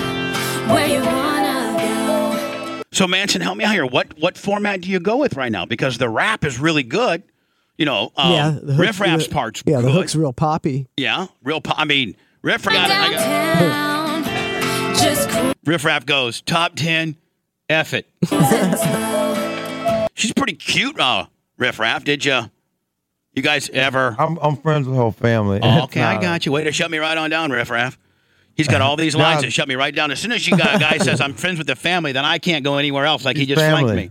[SPEAKER 5] where you wanna go.
[SPEAKER 7] So Manson, help me out here. What what format do you go with right now? Because the rap is really good. You know,
[SPEAKER 3] Oh,
[SPEAKER 7] um,
[SPEAKER 2] yeah, the hook-
[SPEAKER 7] riff raps
[SPEAKER 2] the-
[SPEAKER 7] parts.
[SPEAKER 2] Yeah, the
[SPEAKER 7] good.
[SPEAKER 2] hook's real poppy.
[SPEAKER 7] Yeah, real. Po- I mean, riff rap. I got-
[SPEAKER 5] downtown. Just cruising
[SPEAKER 7] Riff Raff goes top ten. F it.
[SPEAKER 5] slow.
[SPEAKER 7] She's pretty cute. Uh, Riff Raff, did you? You guys
[SPEAKER 1] <laughs>
[SPEAKER 7] ever?
[SPEAKER 1] I'm I'm friends with the whole family.
[SPEAKER 7] Oh,
[SPEAKER 1] It's
[SPEAKER 7] okay, I
[SPEAKER 1] not-
[SPEAKER 7] got you. Way to shut me right on down, Riff Raff. He's got all these lines
[SPEAKER 1] <laughs> No.
[SPEAKER 7] that shut me right down. As soon as you got a
[SPEAKER 1] <laughs>
[SPEAKER 7] guy says I'm friends with the family, then I can't go anywhere else. Like he
[SPEAKER 1] He's
[SPEAKER 7] just flanked
[SPEAKER 1] family.
[SPEAKER 7] me.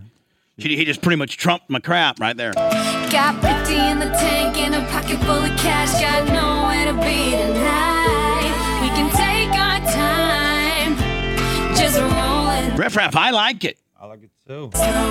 [SPEAKER 7] She- He just pretty much trumped my crap right there.
[SPEAKER 5] Got 50 in the tank and a pocket full of cash. Got nowhere to be tonight. We can take our time. Just rolling
[SPEAKER 7] Riff Raff, I like it.
[SPEAKER 1] I like it too.
[SPEAKER 5] slow.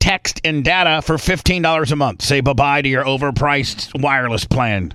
[SPEAKER 3] text, and data for $15 a month. Say bye bye to your overpriced wireless plan.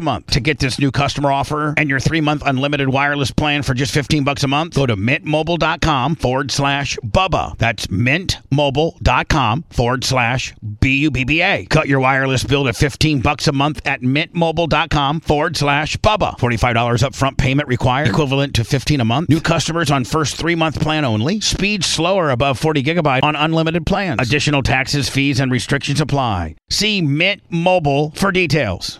[SPEAKER 3] month. To get this new customer offer and your 3-month unlimited wireless plan for just 15 bucks a month, go to mintmobile.com forward slash Bubba. That's mintmobile.com forward slash B-U-B-B-A. Cut your wireless bill to 15 bucks a month at mintmobile.com forward slash Bubba. $45 upfront payment required, equivalent to 15 a month. New customers on first three-month plan only. Speed slower above 40 gigabyte on unlimited plans. Additional taxes, fees, and restrictions apply. See Mint Mobile for details.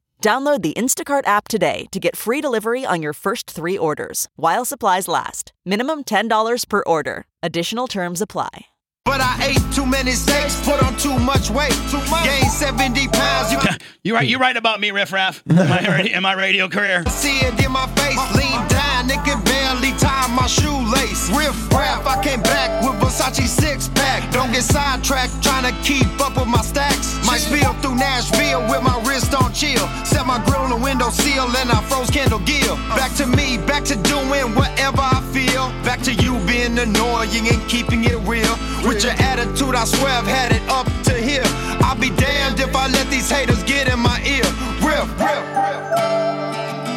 [SPEAKER 8] Download the Instacart app today to get free delivery on your first three orders while supplies last. Minimum $10 per order. Additional terms apply.
[SPEAKER 6] But I ate too many steaks, put on too much weight. Too much. Gained 70 pounds, you can
[SPEAKER 7] You right? You right about me, Riff Raff? In my, ra- in my radio career.
[SPEAKER 6] see it in my face. Lean down, they can barely tie my shoelace. Riff raff, I came back with Versace six pack. Don't get sidetracked trying to keep up with my stacks. Might spill through Nashville with my wrist on chill. Set my grill on the window seal and I froze Kendall Gill. Back to me, back to doing whatever I feel. Back to you being annoying and keeping it real. With your attitude, I swear I've had it up to here. I'll be damned if I let these haters get in my ear. Riff, riff, riff.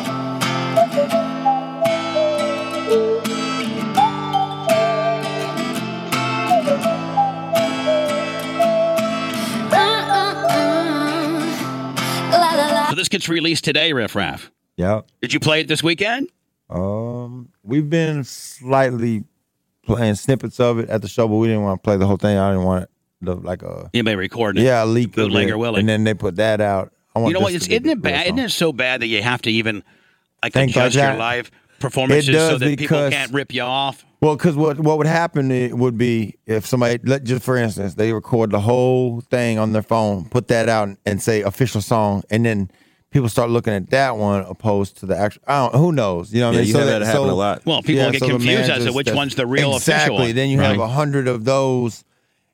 [SPEAKER 5] Uh, uh, uh. La la la.
[SPEAKER 7] So this gets released today, Riff Raff.
[SPEAKER 1] Yep.
[SPEAKER 7] Did you play it this weekend?
[SPEAKER 1] Um, we've been slightly playing snippets of it at the show, but we didn't want to play the whole thing. I didn't want it to, like a
[SPEAKER 7] Anybody recording it?
[SPEAKER 1] yeah a leak of
[SPEAKER 7] Bootleg
[SPEAKER 1] it.
[SPEAKER 7] or Willie?
[SPEAKER 1] and then they put that out. I want
[SPEAKER 7] You know what? It's,
[SPEAKER 1] this to be
[SPEAKER 7] isn't
[SPEAKER 1] the
[SPEAKER 7] it
[SPEAKER 1] real
[SPEAKER 7] bad? Isn't
[SPEAKER 1] song.
[SPEAKER 7] it so bad that you have to even like
[SPEAKER 1] Think
[SPEAKER 7] adjust
[SPEAKER 1] like
[SPEAKER 7] your
[SPEAKER 1] that.
[SPEAKER 7] live performances
[SPEAKER 1] It does
[SPEAKER 7] so that people
[SPEAKER 1] because-
[SPEAKER 7] can't rip you off?
[SPEAKER 1] Well, because what what would happen i- would be if somebody, let just for instance, they record the whole thing on their phone, put that out, and say official song, and then people start looking at that one opposed to the actual. I don't. Who knows? You know what
[SPEAKER 4] Yeah,
[SPEAKER 1] I mean?
[SPEAKER 4] you have that happen a lot.
[SPEAKER 7] Well, people get
[SPEAKER 1] the
[SPEAKER 7] confused as
[SPEAKER 1] managers
[SPEAKER 7] to which
[SPEAKER 1] that-
[SPEAKER 7] one's the real
[SPEAKER 1] exactly.
[SPEAKER 7] official one,
[SPEAKER 1] Then you have
[SPEAKER 7] right.
[SPEAKER 1] a hundred of those,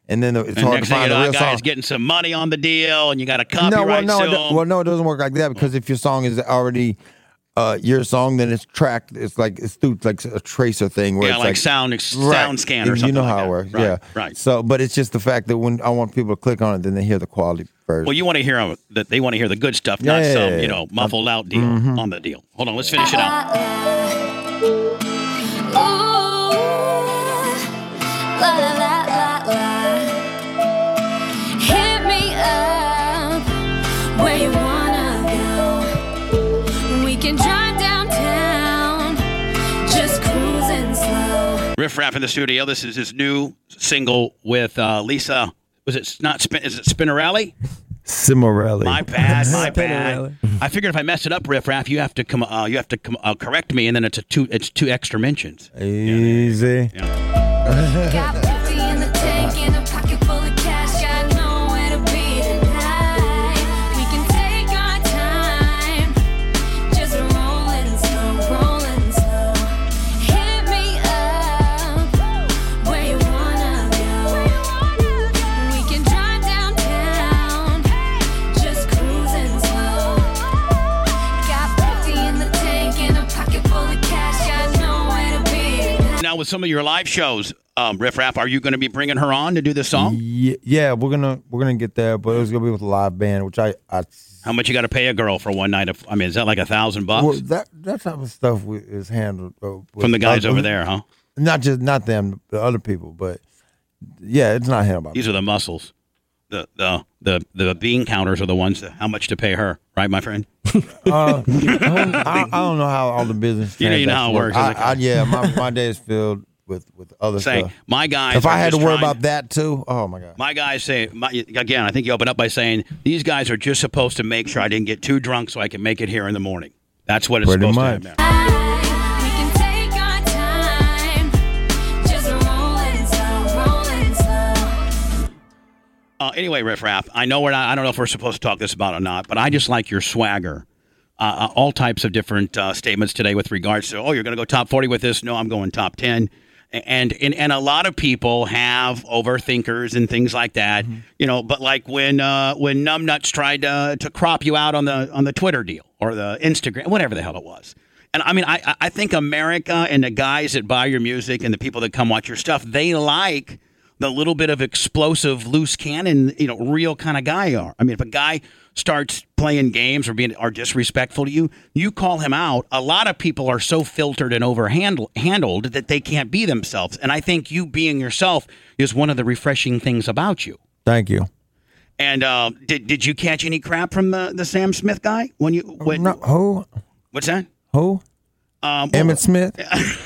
[SPEAKER 1] and then it's
[SPEAKER 7] And
[SPEAKER 1] hard to
[SPEAKER 7] next thing you
[SPEAKER 1] find the
[SPEAKER 7] know,
[SPEAKER 1] real
[SPEAKER 7] that guy
[SPEAKER 1] song.
[SPEAKER 7] is getting some money on the deal, and you got a
[SPEAKER 1] no, well,
[SPEAKER 7] copyright
[SPEAKER 1] no, it
[SPEAKER 7] suit.
[SPEAKER 1] do- well, no, it doesn't work like that because if your song is already uh, your song, then it's tracked. It's like it's through like a tracer thing where
[SPEAKER 3] Yeah,
[SPEAKER 1] it's
[SPEAKER 3] like
[SPEAKER 1] like,
[SPEAKER 3] sound ex-
[SPEAKER 1] Right.
[SPEAKER 3] sound scan or
[SPEAKER 1] You- You
[SPEAKER 3] something
[SPEAKER 1] know
[SPEAKER 3] like
[SPEAKER 1] how
[SPEAKER 3] that.
[SPEAKER 1] it works.
[SPEAKER 3] Right,
[SPEAKER 1] Yeah,
[SPEAKER 3] right.
[SPEAKER 1] So, but it's just the fact that when I want people to click on it, then they hear the quality version.
[SPEAKER 3] Well, you want to hear uh, that they want to hear the good stuff, not
[SPEAKER 1] Yeah, yeah,
[SPEAKER 3] some
[SPEAKER 1] yeah,
[SPEAKER 3] you
[SPEAKER 1] yeah. Mm-hmm.
[SPEAKER 3] know muffled out deal on the deal. Hold on, let's finish it out.
[SPEAKER 5] Ooh, la la la la la. Hit me up where you wanna go. We can drive downtown, just cruising slow.
[SPEAKER 3] Riff Raff in the studio. This is his new single with uh, Lisa. Was it s- not spin? Is it Spinnerelli?
[SPEAKER 1] Cimarelli.
[SPEAKER 3] My bad, my bad.
[SPEAKER 2] Spinnerelli.
[SPEAKER 3] I figured if I mess it up, Riff Raff, you have to come. Uh, you have to come, uh, correct me, and then it's a two. It's two extra mentions.
[SPEAKER 1] Easy.
[SPEAKER 5] Got 50 in the tank and a pocket full of cash. Got nowhere to be tonight. We can take our time, just rolling slow, rolling slow. Hit me up where you wanna go. We can drive downtown, just cruising slow. Got 50 in the tank and a pocket full of cash. Got nowhere to be tonight.
[SPEAKER 3] Now, with some of your live shows, um, Riff Raff, are you going to be bringing her on to do this song?
[SPEAKER 1] Yeah, yeah, we're gonna we're gonna get there, but it's gonna be with a live band, which I
[SPEAKER 3] Uh,
[SPEAKER 1] I
[SPEAKER 3] How much you got to pay a girl for one night? Of, I mean, is that like a thousand bucks
[SPEAKER 1] well, that that type of stuff we, is handled uh, with
[SPEAKER 3] from the guys
[SPEAKER 1] other-
[SPEAKER 3] over there? Huh?
[SPEAKER 1] Not just not them, the other people, but yeah, it's not handled by
[SPEAKER 3] These are the muscles. The the the the bean counters are the ones. That, how much to pay her, right, my friend?
[SPEAKER 1] Uh, I, I don't know how all the business.
[SPEAKER 3] You know- you know how it
[SPEAKER 1] transactions
[SPEAKER 3] works,
[SPEAKER 1] work.
[SPEAKER 3] is it?
[SPEAKER 1] I, I, yeah, my, my day is filled with with other
[SPEAKER 3] Say,
[SPEAKER 1] stuff.
[SPEAKER 3] my guys.
[SPEAKER 1] If
[SPEAKER 3] are
[SPEAKER 1] I had to
[SPEAKER 3] just
[SPEAKER 1] worry
[SPEAKER 3] trying-
[SPEAKER 1] about that too, oh my god.
[SPEAKER 3] My guys say my, again. I think you open up by saying these guys are just supposed to make sure I didn't get too drunk so I can make it here in the morning. That's what it's
[SPEAKER 1] Pretty
[SPEAKER 3] supposed
[SPEAKER 1] much.
[SPEAKER 3] to happen.
[SPEAKER 5] We can take our time, just rolling slow, rolling slow.
[SPEAKER 3] Uh, anyway, Riff Raff, I know we're not. I don't know if we're supposed to talk this about or not, but I just like your swagger. Uh, uh, all types of different uh, statements today with regards to oh, you're going to go top forty with this. No, I'm going top ten. A- And, and and a lot of people have overthinkers and things like that, you know. But like when uh, when numbnuts tried to, to crop you out on the on the Twitter deal or the Instagram, whatever the hell it was. And I mean, I I- I think America and the guys that buy your music and the people that come watch your stuff, they like the little bit of explosive loose cannon, you know, real kind of guy are. I mean, if a guy starts playing games or being are disrespectful to you, you call him out. A lot of people are so filtered and overhandled handled that they can't be themselves. And I think you being yourself is one of the refreshing things about you.
[SPEAKER 1] Thank you.
[SPEAKER 3] And uh, did did you catch any crap from the, the Sam Smith guy when you when,
[SPEAKER 1] No, who
[SPEAKER 3] what's that?
[SPEAKER 1] who?
[SPEAKER 3] Um,
[SPEAKER 1] Emmett Smith.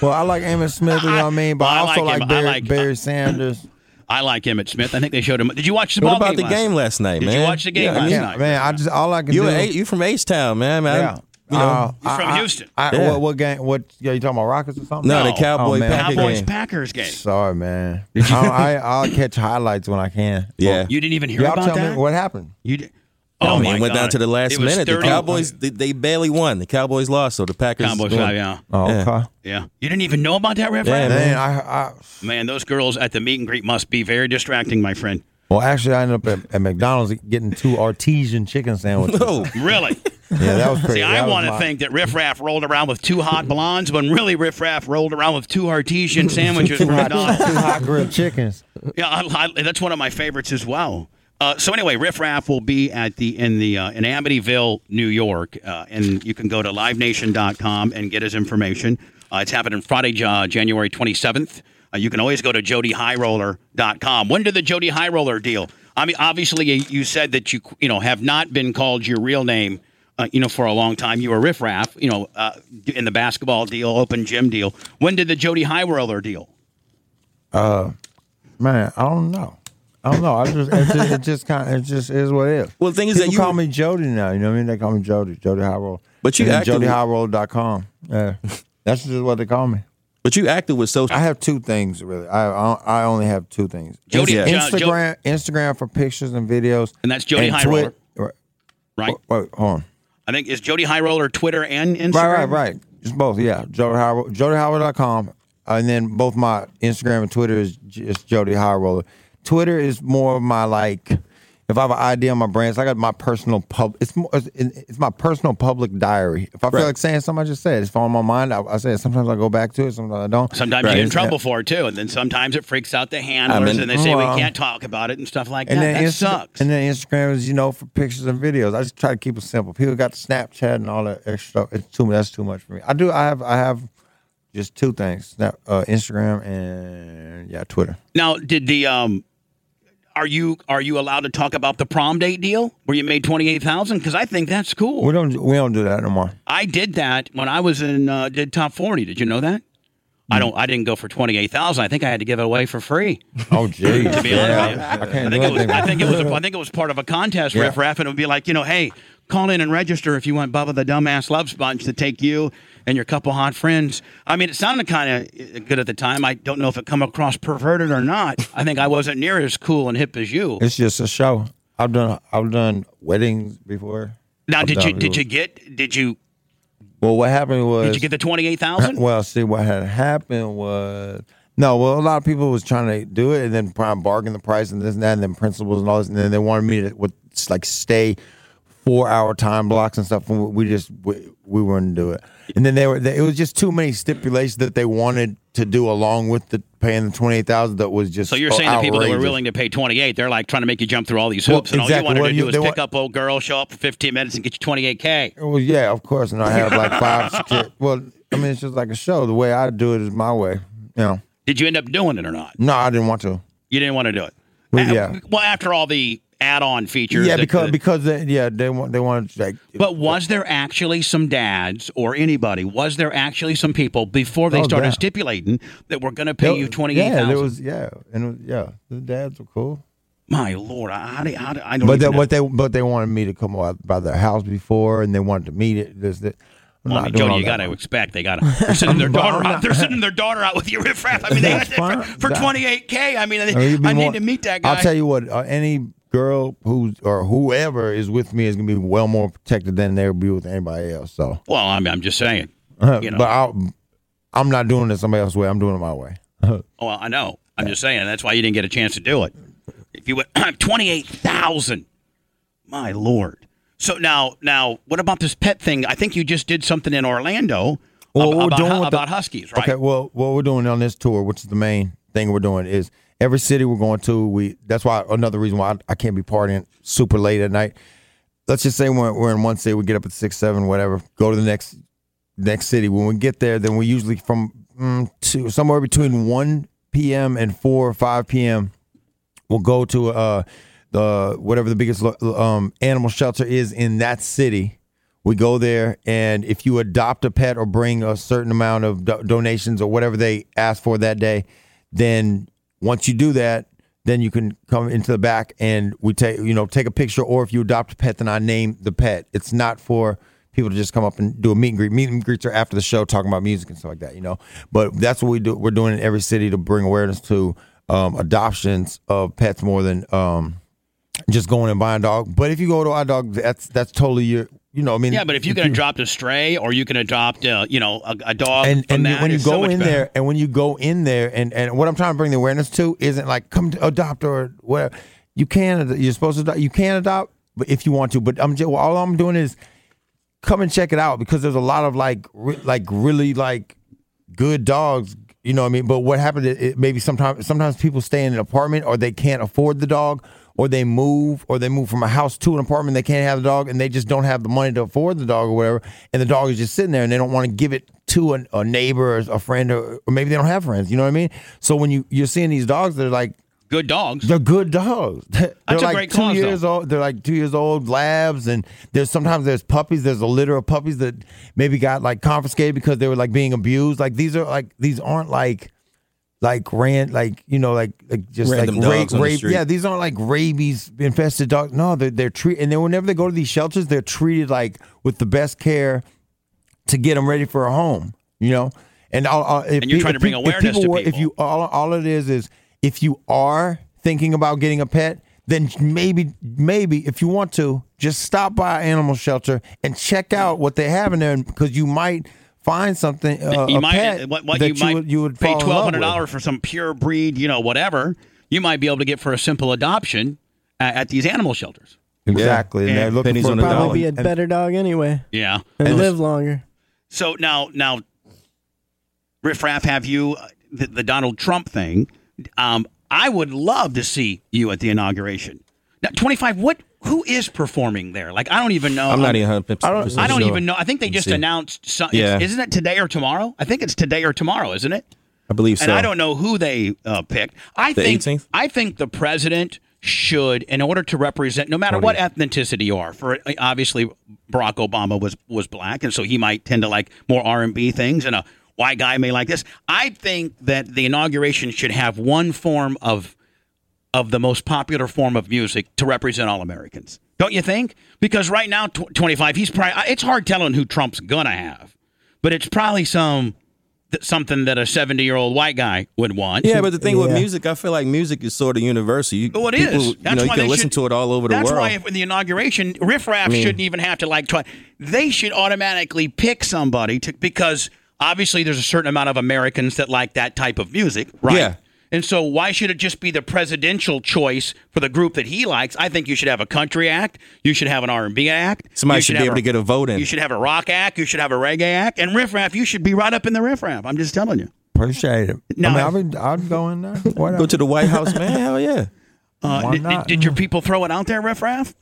[SPEAKER 3] <laughs>
[SPEAKER 1] well, I like Emmett Smith. You know what I mean? But
[SPEAKER 3] Well, I
[SPEAKER 1] I also
[SPEAKER 3] like him.
[SPEAKER 1] like,
[SPEAKER 3] I
[SPEAKER 1] Barry,
[SPEAKER 3] like- <laughs>
[SPEAKER 1] Barry Sanders.
[SPEAKER 3] I like Emmett Smith. I think they showed him. Did you watch the
[SPEAKER 4] What
[SPEAKER 3] ball
[SPEAKER 4] about
[SPEAKER 3] game
[SPEAKER 4] the
[SPEAKER 3] last
[SPEAKER 4] game
[SPEAKER 3] night?
[SPEAKER 4] last night,
[SPEAKER 3] Did
[SPEAKER 4] man?
[SPEAKER 3] you watch the game
[SPEAKER 4] Yeah,
[SPEAKER 3] last
[SPEAKER 1] Yeah,
[SPEAKER 3] night?
[SPEAKER 1] man. I just all I can
[SPEAKER 4] You
[SPEAKER 1] do.
[SPEAKER 4] a- you from H Town, man? man.
[SPEAKER 1] yeah.
[SPEAKER 4] you know,
[SPEAKER 1] Uh,
[SPEAKER 3] He's from
[SPEAKER 1] I- I-
[SPEAKER 3] Houston.
[SPEAKER 1] I,
[SPEAKER 4] Yeah.
[SPEAKER 1] what, what game? What? Yeah, you talking about Rockets or something?
[SPEAKER 4] no,
[SPEAKER 3] No.
[SPEAKER 4] the Cowboy
[SPEAKER 1] Oh, man.
[SPEAKER 4] Packer
[SPEAKER 3] Cowboys
[SPEAKER 4] game.
[SPEAKER 3] Packers game.
[SPEAKER 1] Sorry, man.
[SPEAKER 4] <laughs>
[SPEAKER 1] I, I, I'll catch highlights when I can.
[SPEAKER 4] Yeah.
[SPEAKER 3] You didn't even hear
[SPEAKER 1] Y'all
[SPEAKER 3] about
[SPEAKER 1] tell
[SPEAKER 3] that.
[SPEAKER 1] me what happened.
[SPEAKER 3] You did.
[SPEAKER 4] I mean, it Oh, went down to the last
[SPEAKER 3] Oh It was
[SPEAKER 4] minute. The
[SPEAKER 3] 30
[SPEAKER 4] Cowboys, they, they barely won. The Cowboys lost, so the Packers.
[SPEAKER 3] Cowboys,
[SPEAKER 4] won.
[SPEAKER 3] five, yeah,
[SPEAKER 1] Oh,
[SPEAKER 4] Yeah.
[SPEAKER 1] okay.
[SPEAKER 3] yeah. You didn't even know about that, Rev?
[SPEAKER 4] Yeah,
[SPEAKER 3] Rap?
[SPEAKER 4] man.
[SPEAKER 1] Man, I, I
[SPEAKER 3] Man, those girls at the meet and greet must be very distracting, my friend.
[SPEAKER 1] Well, actually, I ended up at, at McDonald's getting two artesian chicken sandwiches.
[SPEAKER 4] Oh, <laughs>
[SPEAKER 3] Really?
[SPEAKER 1] Yeah, that was
[SPEAKER 3] <laughs>
[SPEAKER 1] crazy.
[SPEAKER 3] See,
[SPEAKER 1] That
[SPEAKER 3] I
[SPEAKER 1] was
[SPEAKER 3] want to
[SPEAKER 1] my-
[SPEAKER 3] think that Riff Raff rolled around with two hot blondes, when really Riff Raff rolled around with two
[SPEAKER 4] <laughs>
[SPEAKER 3] artesian sandwiches
[SPEAKER 1] two
[SPEAKER 3] from
[SPEAKER 1] hot,
[SPEAKER 3] McDonald's.
[SPEAKER 1] two hot grilled chickens.
[SPEAKER 3] Yeah, I, I, that's one of my favorites as well. Uh, so anyway, Riff Raff will be at the in the uh, in Amityville, New York, uh, and you can go to livenation.com and get his information. Uh, it's happening Friday, Ja- January 27th. Uh, you can always go to jodyhighroller.com. When did the Jody High Roller deal? I mean, obviously you, you said that you you know have not been called your real name, uh, you know, for a long time. You were Riff Raff, you know, uh, in the basketball deal, open gym deal. When did the Jody High Roller deal?
[SPEAKER 1] Man, I don't know. I don't know. I just it just, it just kind of it just is what it is.
[SPEAKER 4] Well, the thing is
[SPEAKER 1] People
[SPEAKER 4] that you
[SPEAKER 1] call
[SPEAKER 4] were-
[SPEAKER 1] me Jody now. You know what I mean? They call me Jody, Jody High Roll.
[SPEAKER 4] But you
[SPEAKER 1] and then
[SPEAKER 4] actively-
[SPEAKER 1] JodyHighroll.com. <laughs> Yeah, that's just what they call me.
[SPEAKER 4] but you acted with social.
[SPEAKER 1] I have two things really. I I I only have two things.
[SPEAKER 3] Jody-
[SPEAKER 1] Inst-
[SPEAKER 3] Yeah. Jo- Jo-
[SPEAKER 1] Instagram, Instagram for pictures and videos,
[SPEAKER 3] And that's Jody High
[SPEAKER 1] Twi-
[SPEAKER 3] Right.
[SPEAKER 1] Wait, wait, hold on.
[SPEAKER 3] I think is Jody High Roller Twitter and Instagram.
[SPEAKER 1] Right, right, right. Just both, yeah. Jody Howard, JodyHoward.com. And then both my Instagram and Twitter is just Jody High Roller. Twitter is more of my like, If I have an idea on my brain, it's like my personal pub. It's more, it's, it's my personal public diary. If I feel
[SPEAKER 4] Right.
[SPEAKER 1] like saying something, I just said it's on my mind. I, I say it. Sometimes I go back to it. Sometimes I don't.
[SPEAKER 3] Sometimes you
[SPEAKER 4] Right.
[SPEAKER 3] get in trouble for it too, and then sometimes it freaks out the handlers,
[SPEAKER 4] I mean-
[SPEAKER 3] and they say
[SPEAKER 1] Well-
[SPEAKER 3] we can't talk about it and stuff like
[SPEAKER 1] Oh, And
[SPEAKER 3] that.
[SPEAKER 1] then
[SPEAKER 3] That
[SPEAKER 1] Insta-
[SPEAKER 3] sucks.
[SPEAKER 1] And then Instagram is, you know, for pictures and videos. I just try to keep it simple. People got Snapchat and all that extra stuff. It's too that's too much for me. I do I have I have just two things. Snap uh, Instagram and yeah, Twitter.
[SPEAKER 3] now, did the um, are you are you allowed to talk about the prom date deal where you made twenty eight thousand? Because I think that's cool.
[SPEAKER 1] We don't we don't do that no more.
[SPEAKER 3] I did that when I was in uh, did top forty. Did you know that?
[SPEAKER 1] Mm.
[SPEAKER 3] I don't. I didn't go for twenty eight thousand. I think I had to give it away for free.
[SPEAKER 1] Oh jeez. <laughs>
[SPEAKER 3] To be honest with you.
[SPEAKER 1] I can't
[SPEAKER 3] I
[SPEAKER 1] do
[SPEAKER 3] think it was.
[SPEAKER 1] anything.
[SPEAKER 3] I <laughs> think it was. A, I think it was part of a contest.
[SPEAKER 1] Yeah.
[SPEAKER 3] Riff Raff, and it would be like, you know, hey, call in and register if you want Bubba the Dumbass Love Sponge to take you and your couple hot friends. I mean, it sounded kind of good at the time. I don't know if it come across perverted or not. I think I wasn't near as cool and hip as you.
[SPEAKER 1] It's just a show. I've done I've done weddings before.
[SPEAKER 3] Now,
[SPEAKER 1] I've
[SPEAKER 3] did you
[SPEAKER 1] done-
[SPEAKER 3] did you get did you
[SPEAKER 1] Well what happened was
[SPEAKER 3] did you get the twenty eight thousand?
[SPEAKER 1] Well, see, what had happened was no. Well, a lot of people was trying to do it, and then trying to bargain the price and this and that, and then principals and all this, and then they wanted me to with, like stay four hour time blocks and stuff. And we just we, we wouldn't do it. And then they were they, it was just too many stipulations that they wanted to do along with the paying the twenty eight thousand. That was just
[SPEAKER 3] So you're saying the people that were
[SPEAKER 1] outrageous.
[SPEAKER 3] willing to pay twenty eight, they're like trying to make you jump through all these
[SPEAKER 1] Well,
[SPEAKER 3] hoops, and all
[SPEAKER 1] exactly.
[SPEAKER 3] you wanted
[SPEAKER 1] Well,
[SPEAKER 3] to
[SPEAKER 1] you-
[SPEAKER 3] do is
[SPEAKER 1] they wa-
[SPEAKER 3] pick up old girl, show up for fifteen minutes, and get you twenty eight k.
[SPEAKER 1] Well, yeah, of course, and I have like five. <laughs> secure- well, I mean, it's just like a show. The way I do it is my way. You know,
[SPEAKER 3] Did you end up doing it or not?
[SPEAKER 1] no, I didn't want to.
[SPEAKER 3] You didn't want to do it.
[SPEAKER 1] Well,
[SPEAKER 3] A-
[SPEAKER 1] yeah.
[SPEAKER 3] Well, after all the add-on features.
[SPEAKER 1] Yeah,
[SPEAKER 3] that-
[SPEAKER 1] because
[SPEAKER 3] that-
[SPEAKER 1] because they, yeah they want they want to like
[SPEAKER 3] but was there actually some dads or anybody? Was there actually some people before they
[SPEAKER 1] Oh,
[SPEAKER 3] started
[SPEAKER 1] damn.
[SPEAKER 3] stipulating that we're going to pay you twenty eight
[SPEAKER 1] Yeah,
[SPEAKER 3] thousand?
[SPEAKER 1] there was yeah and it was, yeah the dads were cool,
[SPEAKER 3] My lord, I, how do, how do, I don't.
[SPEAKER 1] but
[SPEAKER 3] even
[SPEAKER 1] they,
[SPEAKER 3] know.
[SPEAKER 1] what they but they wanted me to come out by their house before and they wanted to meet it. This that. I'm
[SPEAKER 3] Well, I
[SPEAKER 1] not
[SPEAKER 3] mean,
[SPEAKER 1] doing
[SPEAKER 3] Jody,
[SPEAKER 1] all
[SPEAKER 3] you got
[SPEAKER 1] that.
[SPEAKER 3] to expect they got to. They're
[SPEAKER 1] <laughs>
[SPEAKER 3] sending their
[SPEAKER 1] But I'm
[SPEAKER 3] daughter out.
[SPEAKER 1] not-
[SPEAKER 3] They're sending their daughter out with you, riff raff. I mean, they got
[SPEAKER 1] That's
[SPEAKER 3] that
[SPEAKER 1] fine.
[SPEAKER 3] for
[SPEAKER 1] That-
[SPEAKER 3] twenty eight k. I mean, I,
[SPEAKER 1] I mean, you'd be
[SPEAKER 3] I need
[SPEAKER 1] more-
[SPEAKER 3] to meet that guy.
[SPEAKER 1] I'll tell you what, uh, any girl who's or whoever is with me is gonna be well more protected than they'll be with anybody else. So,
[SPEAKER 3] well, I mean, I'm just saying. You know.
[SPEAKER 1] but I'll, I'm not doing it somebody else's way. I'm doing it my way.
[SPEAKER 3] Oh, well, I know. I'm just saying that's why you didn't get a chance to do it. If you went <clears throat> twenty eight thousand, my lord. So now, now, what about this pet thing? I think you just did something in Orlando
[SPEAKER 1] Well,
[SPEAKER 3] ab-
[SPEAKER 1] we're
[SPEAKER 3] about,
[SPEAKER 1] doing
[SPEAKER 3] hu-
[SPEAKER 1] with the-
[SPEAKER 3] about huskies, right?
[SPEAKER 1] Okay, well, what we're doing on this tour, which is the main thing we're doing, is every city we're going to. We that's why another reason why I, I can't be partying super late at night. Let's just say we're, we're in one city, we get up at six, seven, whatever. Go to the next next city. When we get there, then we usually from mm, two, somewhere between one p.m. and four or five p.m. We'll go to uh the whatever the biggest lo- um animal shelter is in that city. We go there, and if you adopt a pet or bring a certain amount of do- donations or whatever they ask for that day, then once you do that, then you can come into the back and we take you know take a picture. Or if you adopt a pet, then I name the pet. It's not for people to just come up and do a meet and greet. Meet and greets are after the show, talking about music and stuff like that, you know. But that's what we do. We're doing in every city to bring awareness to um, adoptions of pets more than. Um, just going and buying a dog. But if you go to our dog, that's that's totally your, you know, I mean,
[SPEAKER 3] Yeah, but if you can adopt a stray or you can adopt, uh, you know, a, a dog
[SPEAKER 1] and
[SPEAKER 3] from
[SPEAKER 1] and
[SPEAKER 3] that,
[SPEAKER 1] when you
[SPEAKER 3] it's so
[SPEAKER 1] go
[SPEAKER 3] much
[SPEAKER 1] in
[SPEAKER 3] better.
[SPEAKER 1] there, and when you go in there, and and what I'm trying to bring the awareness to isn't like come to adopt or whatever. You can, ad- you're supposed to, adopt, you can adopt, but if you want to. But I'm just, well, all I'm doing is come and check it out because there's a lot of like re- like really like good dogs. You know what I mean? But what happened? It, it maybe sometimes sometimes people stay in an apartment or they can't afford the dog, or they move, or they move from a house to an apartment. They can't have the dog, and they just don't have the money to afford the dog or whatever. And the dog is just sitting there, and they don't want to give it to an, a neighbor or a friend, or, or maybe they don't have friends. You know what I mean? So when you you're seeing these dogs, they're like
[SPEAKER 3] good dogs.
[SPEAKER 1] they're good dogs. <laughs> They're
[SPEAKER 3] That's a
[SPEAKER 1] like
[SPEAKER 3] great
[SPEAKER 1] two
[SPEAKER 3] cause,
[SPEAKER 1] years old. They're like two years old labs, and there's sometimes there's puppies. There's a litter of puppies that maybe got like confiscated because they were like being abused. Like these are like these aren't like like ran like you know like like just
[SPEAKER 4] Random
[SPEAKER 1] like
[SPEAKER 4] dogs on the street.
[SPEAKER 1] yeah these aren't like rabies infested dogs. No, they're they're treated and then whenever they go to these shelters, they're treated like with the best care to get them ready for a home. You know, and all, all, if
[SPEAKER 3] And you're
[SPEAKER 1] pe-
[SPEAKER 3] trying to
[SPEAKER 1] if
[SPEAKER 3] bring
[SPEAKER 1] pe- if
[SPEAKER 3] awareness to
[SPEAKER 1] were- If
[SPEAKER 3] people.
[SPEAKER 1] you all, all it is is if you are thinking about getting a pet, then maybe maybe if you want to, just stop by an animal shelter and check out what they have in there because you might find something uh,
[SPEAKER 3] you
[SPEAKER 1] a
[SPEAKER 3] might
[SPEAKER 1] pet
[SPEAKER 3] what, what
[SPEAKER 1] that
[SPEAKER 3] you, might
[SPEAKER 1] would, you would
[SPEAKER 3] pay
[SPEAKER 1] fall in love
[SPEAKER 3] twelve hundred
[SPEAKER 1] with.
[SPEAKER 3] dollars for some pure breed, you know, whatever you might be able to get for a simple adoption uh, at these animal shelters.
[SPEAKER 1] Exactly. And
[SPEAKER 3] Yeah.
[SPEAKER 1] they're looking
[SPEAKER 4] Pennies
[SPEAKER 1] for
[SPEAKER 4] on
[SPEAKER 1] a
[SPEAKER 4] the
[SPEAKER 1] dollar.
[SPEAKER 2] Probably be a
[SPEAKER 1] And-
[SPEAKER 2] better dog anyway
[SPEAKER 3] Yeah.
[SPEAKER 2] and, live longer.
[SPEAKER 3] So now, now, Riff Raff, have you uh, the, the Donald Trump thing? Um, I would love to see you at the inauguration. Now, twenty five. What? Who is performing there? Like, I don't even know.
[SPEAKER 4] I'm not even 100.
[SPEAKER 1] I don't-
[SPEAKER 3] I don't even know. I think they
[SPEAKER 4] me
[SPEAKER 3] just
[SPEAKER 4] see.
[SPEAKER 3] announced something.
[SPEAKER 4] Yeah.
[SPEAKER 3] Isn't it today or tomorrow? I think it's today or tomorrow, isn't it?
[SPEAKER 4] I believe so.
[SPEAKER 3] And I don't know who they uh, picked. I
[SPEAKER 4] The
[SPEAKER 3] think
[SPEAKER 4] 18th?
[SPEAKER 3] I think the president should, in order to represent, no matter what ethnicity you are. For obviously, Barack Obama was was black, and so he might tend to like more R and B things, and a white guy may like this. I think that the inauguration should have one form of of the most popular form of music to represent all Americans. Don't you think? Because right now, tw- 25, he's probably, I- it's hard telling who Trump's going to have, but it's probably some th- something that a 70 year old white guy would want.
[SPEAKER 4] Yeah, but the thing with
[SPEAKER 2] Yeah.
[SPEAKER 4] music, I feel like music is sort of universal. You,
[SPEAKER 3] Well, it
[SPEAKER 4] people,
[SPEAKER 3] is.
[SPEAKER 4] You
[SPEAKER 3] That's
[SPEAKER 4] know, you
[SPEAKER 3] why
[SPEAKER 4] can
[SPEAKER 3] they
[SPEAKER 4] listen
[SPEAKER 3] should-
[SPEAKER 4] to it all over the
[SPEAKER 3] that's
[SPEAKER 4] world.
[SPEAKER 3] why if in the inauguration, Riff Raff shouldn't even have to like try. They should automatically pick somebody to, because obviously there's a certain amount of Americans that like that type of music, right?
[SPEAKER 4] Yeah.
[SPEAKER 3] And so why should it just be the presidential choice for the group that he likes? I think you should have a country act. You should have an R&B act.
[SPEAKER 4] Somebody
[SPEAKER 3] you
[SPEAKER 4] should be
[SPEAKER 3] have
[SPEAKER 4] able to get a vote in.
[SPEAKER 3] You should have a rock act. You should have a reggae act. And Riff Raff, you should be right up in the Riff Raff. I'm just telling you.
[SPEAKER 1] Appreciate it.
[SPEAKER 3] No,
[SPEAKER 1] I mean, I'd, I'd go in there. Whatever.
[SPEAKER 4] Go to
[SPEAKER 3] <laughs>
[SPEAKER 4] the White House, man. Hell yeah.
[SPEAKER 3] Uh,
[SPEAKER 1] Why
[SPEAKER 3] did- did,
[SPEAKER 1] not?
[SPEAKER 3] did your people throw it out there, Riff Raff?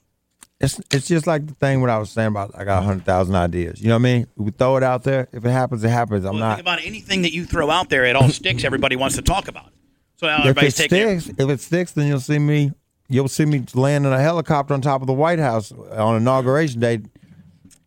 [SPEAKER 1] It's it's just like the thing what I was saying about I got hundred thousand ideas. You know what I mean? We throw it out there. If it happens, it happens. I'm
[SPEAKER 3] Well,
[SPEAKER 1] not.
[SPEAKER 3] think about it. anything that you throw out there, it all sticks. Everybody wants to talk about it. So now
[SPEAKER 1] if it
[SPEAKER 3] everybody's taking.
[SPEAKER 1] sticks, if it sticks, then you'll see me. You'll see me land in a helicopter on top of the White House on inauguration day.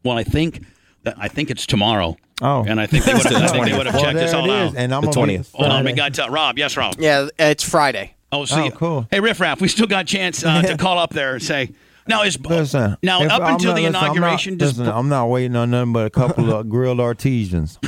[SPEAKER 3] Well, I think that I think it's tomorrow.
[SPEAKER 1] Oh.
[SPEAKER 3] and I think <laughs> they would have, they would have
[SPEAKER 1] Well,
[SPEAKER 3] checked us
[SPEAKER 1] there
[SPEAKER 3] all
[SPEAKER 1] it is,
[SPEAKER 3] out.
[SPEAKER 1] And I'm
[SPEAKER 4] The
[SPEAKER 1] gonna be-
[SPEAKER 4] 20th.
[SPEAKER 3] Hold on, we got uh, Rob. Yes, Rob.
[SPEAKER 9] Yeah, it's Friday.
[SPEAKER 3] Oh, see.
[SPEAKER 1] Oh,
[SPEAKER 3] ya.
[SPEAKER 1] cool.
[SPEAKER 3] Hey, Riff Raff, we still got a chance uh, <laughs> to call up there and say. Now is
[SPEAKER 1] Listen,
[SPEAKER 3] now
[SPEAKER 1] if
[SPEAKER 3] up
[SPEAKER 1] I'm
[SPEAKER 3] until
[SPEAKER 1] not-
[SPEAKER 3] the
[SPEAKER 1] listen, I'm not-
[SPEAKER 3] inauguration. does-
[SPEAKER 1] listen, I'm not waiting on nothing but a
[SPEAKER 3] <laughs>
[SPEAKER 1] couple of grilled artesians.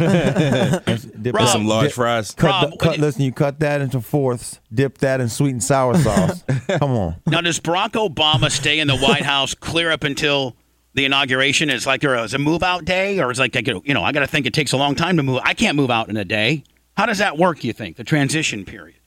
[SPEAKER 1] Dip-
[SPEAKER 3] Rob,
[SPEAKER 4] Some large fries.
[SPEAKER 1] cut
[SPEAKER 3] Rob,
[SPEAKER 1] the,
[SPEAKER 3] what
[SPEAKER 1] cut,
[SPEAKER 3] do-
[SPEAKER 1] listen, you cut that into fourths, dip that in sweet and sour
[SPEAKER 3] <laughs>
[SPEAKER 1] sauce. Come on.
[SPEAKER 3] Now, does Barack Obama stay in the White House clear up until the inauguration? It's like there is a move out day, or it's like I could, you know I got to think it takes a long time to move. I can't move out in a day. How does that work? You think the transition period?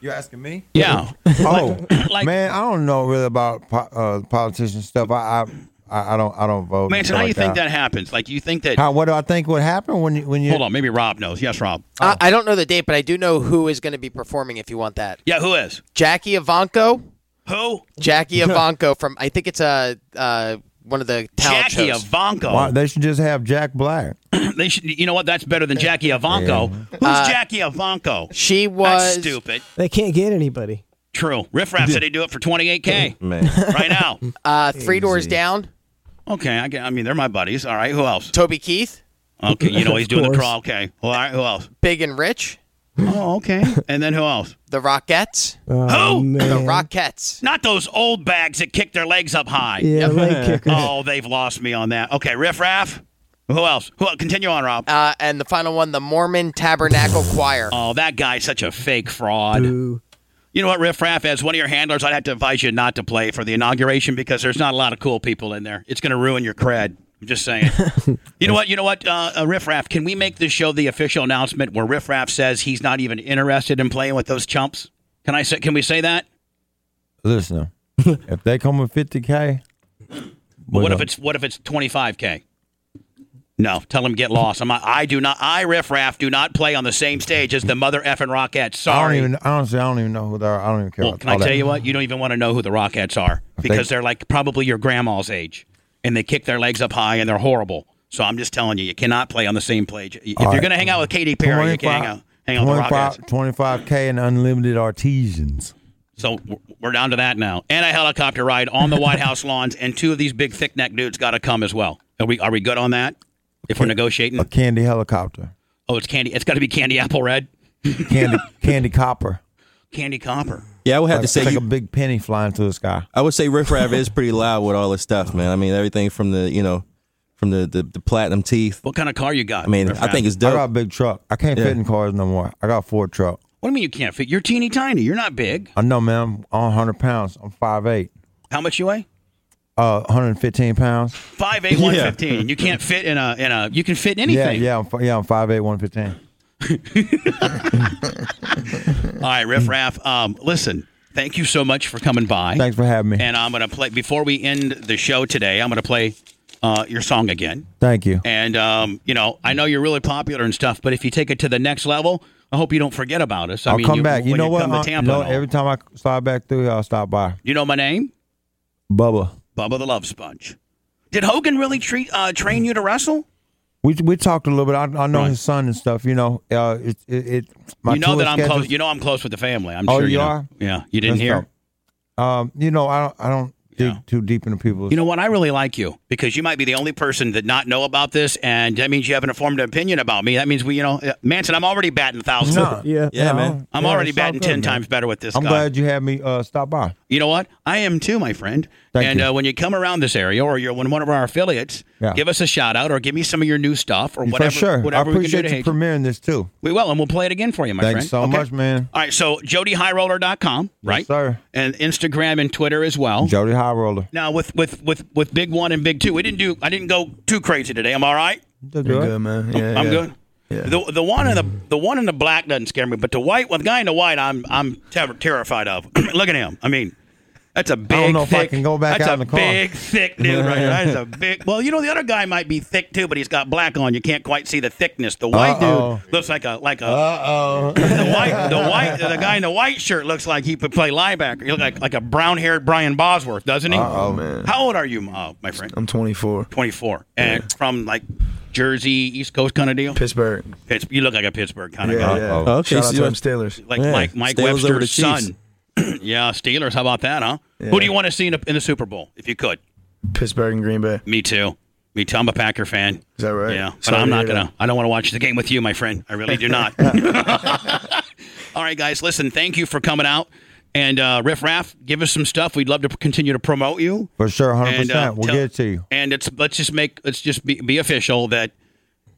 [SPEAKER 1] You're asking me?
[SPEAKER 3] Yeah.
[SPEAKER 1] Oh
[SPEAKER 3] like-
[SPEAKER 1] man, I don't know really about po- uh, politician stuff. I, I I I don't I don't vote. and
[SPEAKER 3] Manson,
[SPEAKER 1] stuff
[SPEAKER 3] how do you
[SPEAKER 1] like
[SPEAKER 3] think that happens? Like you think that?
[SPEAKER 1] How what do I think would happen when you, when you
[SPEAKER 3] Hold on, maybe Rob knows. Yes, Rob.
[SPEAKER 9] I, I don't know the date, but I do know who is going to be performing. If you want that,
[SPEAKER 3] Yeah, who is?
[SPEAKER 9] Jackie Ivanko,
[SPEAKER 3] Who?
[SPEAKER 9] Jackie Ivanko from I think it's a uh, one of the talent
[SPEAKER 3] Jackie
[SPEAKER 9] shows.
[SPEAKER 3] Ivanko.
[SPEAKER 1] Why, they should just have Jack Black.
[SPEAKER 3] They should. You know what? That's better than Jackie Ivanko. Who's Jackie Ivanko?
[SPEAKER 9] Uh, she
[SPEAKER 3] That's
[SPEAKER 9] was
[SPEAKER 3] stupid.
[SPEAKER 2] They can't get anybody.
[SPEAKER 3] True. Riff Raff said he'd do it for 28k
[SPEAKER 4] Man.
[SPEAKER 3] <laughs> right now.
[SPEAKER 9] uh, Three Doors Down.
[SPEAKER 3] Okay, I, get- I mean they're my buddies. All right, who else?
[SPEAKER 9] Toby Keith,
[SPEAKER 3] Okay, you know he's
[SPEAKER 2] Of
[SPEAKER 3] doing the
[SPEAKER 2] course.
[SPEAKER 3] crawl. Okay, all right, who else?
[SPEAKER 9] Big and Rich,
[SPEAKER 3] Oh, okay. And then who
[SPEAKER 2] <laughs>
[SPEAKER 3] else?
[SPEAKER 9] The Rockettes,
[SPEAKER 2] Oh,
[SPEAKER 3] Who?
[SPEAKER 9] The
[SPEAKER 3] <laughs>
[SPEAKER 2] man.
[SPEAKER 9] Rockettes.
[SPEAKER 3] Not those old bags that kick their legs up high.
[SPEAKER 2] Yeah,
[SPEAKER 3] <laughs>
[SPEAKER 2] leg kicker.
[SPEAKER 3] Oh, they've lost me on that. Okay, Riff Raff. Who else? Who? Continue on, Rob.
[SPEAKER 9] Uh, and the final one, the Mormon Tabernacle Choir.
[SPEAKER 3] Oh, that guy's such a fake fraud.
[SPEAKER 2] Boo.
[SPEAKER 3] You know what, Riff Raff, as one of your handlers, I'd have to advise you not to play for the inauguration because there's not a lot of cool people in there. It's going to ruin your cred. I'm just saying. you know what? You know what, uh, uh, Riff Raff, can we make this show the official announcement where Riff Raff says he's not even interested in playing with those chumps? Can I say? Can we say that? <laughs>
[SPEAKER 1] Listen, if they come with 50k,
[SPEAKER 3] But what
[SPEAKER 1] Well,
[SPEAKER 3] if it's what if it's 25k? No, tell him get lost. I'm not, I do not. I Riff Raff do not play on the same stage as the mother effing Rockettes.
[SPEAKER 1] I don't
[SPEAKER 3] Sorry.
[SPEAKER 1] even honestly I don't even know who they are. I don't even care.
[SPEAKER 3] Well,
[SPEAKER 1] about
[SPEAKER 3] can I
[SPEAKER 1] all that.
[SPEAKER 3] tell you what? You don't even want to know who the Rockettes are because they're like probably your grandma's age, and they kick their legs up high and they're horrible. So I'm just telling you, you cannot play on the same page. If you're
[SPEAKER 1] right.
[SPEAKER 3] going to hang out with Katy Perry, you can't hang out, hang out with the
[SPEAKER 1] 25
[SPEAKER 3] Rockettes.
[SPEAKER 1] 25k and unlimited artisans.
[SPEAKER 3] So w- we're down to that now, and a helicopter ride on the White House lawns, and two of these big thick neck dudes got to come as well. Are we are we good on that? If we're
[SPEAKER 1] A
[SPEAKER 3] negotiating,
[SPEAKER 1] candy helicopter.
[SPEAKER 3] oh, it's candy. It's got to be candy apple red, <laughs>
[SPEAKER 1] Candy candy copper.
[SPEAKER 3] candy copper.
[SPEAKER 4] Yeah, I would have to
[SPEAKER 1] It's
[SPEAKER 4] say
[SPEAKER 1] like
[SPEAKER 4] you,
[SPEAKER 1] a big penny flying through the sky.
[SPEAKER 4] I would say Riff Raff is pretty loud with all this stuff, man. I mean, everything from the you know, from the the, the platinum teeth.
[SPEAKER 3] What kind of car you got?
[SPEAKER 4] I mean, I think it's
[SPEAKER 3] Oh.
[SPEAKER 1] I got a
[SPEAKER 4] dope.
[SPEAKER 1] big truck. I can't fit in cars no more. I got a Ford truck.
[SPEAKER 3] What do you mean you can't fit? You're teeny tiny. You're not big.
[SPEAKER 1] I know, man. I'm 100 pounds. I'm 5'8.
[SPEAKER 3] How much you weigh?
[SPEAKER 1] Uh, 115 pounds.
[SPEAKER 3] Five eight one fifteen. You can't fit in a in a. You can fit in
[SPEAKER 1] Yeah,
[SPEAKER 3] anything.
[SPEAKER 1] yeah, I'm, fi- yeah. I'm 5'8, 115.
[SPEAKER 3] All right, riff raff. Um, listen, Thank you so much for coming by.
[SPEAKER 1] Thanks for having me.
[SPEAKER 3] And I'm going to play, before we end the show today, I'm going to play uh, your song again.
[SPEAKER 1] Thank you.
[SPEAKER 3] And, um, you know, I know you're really popular and stuff, but if you take it to the next level, I hope you don't forget about us. I
[SPEAKER 1] I'll
[SPEAKER 3] mean,
[SPEAKER 1] come back. You
[SPEAKER 3] when
[SPEAKER 1] know what?
[SPEAKER 3] Come
[SPEAKER 1] huh?
[SPEAKER 3] to
[SPEAKER 1] You
[SPEAKER 3] Tampa
[SPEAKER 1] know,
[SPEAKER 3] and all.
[SPEAKER 1] every time I slide back through, y'all stop by.
[SPEAKER 3] you know my name?
[SPEAKER 1] Bubba.
[SPEAKER 3] Bubba the Love Sponge. Did Hogan really treat uh, train you to wrestle?
[SPEAKER 1] We we talked a little bit. I, I know
[SPEAKER 3] Right.
[SPEAKER 1] his son and stuff. You know, uh, it, it, it my
[SPEAKER 3] you know
[SPEAKER 1] tour
[SPEAKER 3] that I'm
[SPEAKER 1] schedule's-
[SPEAKER 3] close. You know I'm close with the family. I'm
[SPEAKER 1] Oh,
[SPEAKER 3] sure
[SPEAKER 1] you
[SPEAKER 3] you know.
[SPEAKER 1] are?
[SPEAKER 3] Yeah, you didn't
[SPEAKER 1] That's
[SPEAKER 3] hear.
[SPEAKER 1] dope. Um, you know, I don't I don't dig
[SPEAKER 3] Yeah.
[SPEAKER 1] too deep into people's.
[SPEAKER 3] You
[SPEAKER 1] <laughs>
[SPEAKER 3] know what? I really like you because you might be the only person that not know about this, and that means you have an informed opinion about me. That means we, you know, uh, Manson. I'm already batting a thousand.
[SPEAKER 1] No.
[SPEAKER 2] Yeah.
[SPEAKER 4] Yeah,
[SPEAKER 1] Yeah,
[SPEAKER 4] man.
[SPEAKER 3] <laughs> I'm
[SPEAKER 1] yeah,
[SPEAKER 3] already
[SPEAKER 1] it's all
[SPEAKER 3] batting
[SPEAKER 1] good,
[SPEAKER 3] ten
[SPEAKER 1] man.
[SPEAKER 3] times better with this
[SPEAKER 1] I'm
[SPEAKER 3] guy.
[SPEAKER 1] glad you had me uh, stop by.
[SPEAKER 3] You know what? I am too, my friend.
[SPEAKER 1] Thank
[SPEAKER 3] and
[SPEAKER 1] you.
[SPEAKER 3] Uh, when you come around this area, or you're one one of our affiliates,
[SPEAKER 1] Yeah.
[SPEAKER 3] give us a shout out, or give me some of your new stuff, or whatever.
[SPEAKER 1] For sure.
[SPEAKER 3] Whatever
[SPEAKER 1] I appreciate
[SPEAKER 3] we can do to
[SPEAKER 1] you
[SPEAKER 3] hate you.
[SPEAKER 1] premiering this too.
[SPEAKER 3] We will, and we'll play it again for you, my friend.
[SPEAKER 1] Thanks so
[SPEAKER 3] Okay?
[SPEAKER 1] much, man.
[SPEAKER 3] All right, so jodyhighroller.com, right?
[SPEAKER 1] sir.
[SPEAKER 3] And Instagram and Twitter as well.
[SPEAKER 1] Jody High Roller.
[SPEAKER 3] Now with with with with big one and big two, we didn't do. I didn't go too crazy today. I'm all right.
[SPEAKER 1] You're
[SPEAKER 4] You
[SPEAKER 1] good.
[SPEAKER 3] um,
[SPEAKER 4] good, man. Yeah,
[SPEAKER 3] I'm
[SPEAKER 4] yeah.
[SPEAKER 3] good. The the one in the
[SPEAKER 1] Mm-hmm.
[SPEAKER 3] the one in the black doesn't scare me, but the white one, the guy in the white, I'm I'm ter- terrified of. <clears throat> Look at him. I mean, that's a big.
[SPEAKER 1] know if I
[SPEAKER 3] thick-
[SPEAKER 1] can go back
[SPEAKER 3] that's
[SPEAKER 1] out in
[SPEAKER 3] a
[SPEAKER 1] the car.
[SPEAKER 3] Big thick dude right there. That's
[SPEAKER 1] <laughs>
[SPEAKER 3] a big. Well, you know the other guy might be thick too, but he's got black on. You can't quite see the thickness. The white
[SPEAKER 1] Uh-oh.
[SPEAKER 3] dude looks like a like a
[SPEAKER 1] Uh
[SPEAKER 3] <laughs>
[SPEAKER 1] oh.
[SPEAKER 3] the white, the white, the guy in the white shirt looks like he could play linebacker. He look like like a brown-haired Brian Bosworth, doesn't he?
[SPEAKER 4] Oh man,
[SPEAKER 3] How old are you, uh, my friend?
[SPEAKER 4] I'm 24.
[SPEAKER 3] 24, and from like Jersey, East Coast kind of deal.
[SPEAKER 4] Pittsburgh.
[SPEAKER 3] Pitts, you look like a Pittsburgh kind of
[SPEAKER 4] Yeah,
[SPEAKER 3] guy,
[SPEAKER 4] yeah.
[SPEAKER 1] Uh-oh.
[SPEAKER 4] Okay, Shout out to them Steelers.
[SPEAKER 3] like
[SPEAKER 4] Yeah.
[SPEAKER 3] Mike Mike
[SPEAKER 4] Steelers over the
[SPEAKER 3] Webster's
[SPEAKER 4] Chiefs.
[SPEAKER 3] son. <clears throat> yeah, Steelers. How about that, huh?
[SPEAKER 4] Yeah.
[SPEAKER 3] Who do you want to see in, a, in the Super Bowl if you could?
[SPEAKER 4] Pittsburgh and Green Bay.
[SPEAKER 3] Me too. Me too. I'm a Packer fan.
[SPEAKER 4] Is that right?
[SPEAKER 3] Yeah, but
[SPEAKER 4] Sorry
[SPEAKER 3] I'm
[SPEAKER 4] to
[SPEAKER 3] not
[SPEAKER 4] hear that.
[SPEAKER 3] gonna. I don't want to watch the game with you, my friend. I really do
[SPEAKER 4] <laughs>
[SPEAKER 3] not. <laughs> All right, guys, listen. Thank you for coming out. And uh, Riff Raff, give us some stuff. We'd love to continue to promote you.
[SPEAKER 1] For sure, hundred
[SPEAKER 3] And, uh,
[SPEAKER 1] percent. We'll
[SPEAKER 3] tell-
[SPEAKER 1] get it to you.
[SPEAKER 3] And it's let's just make let's just be, be official that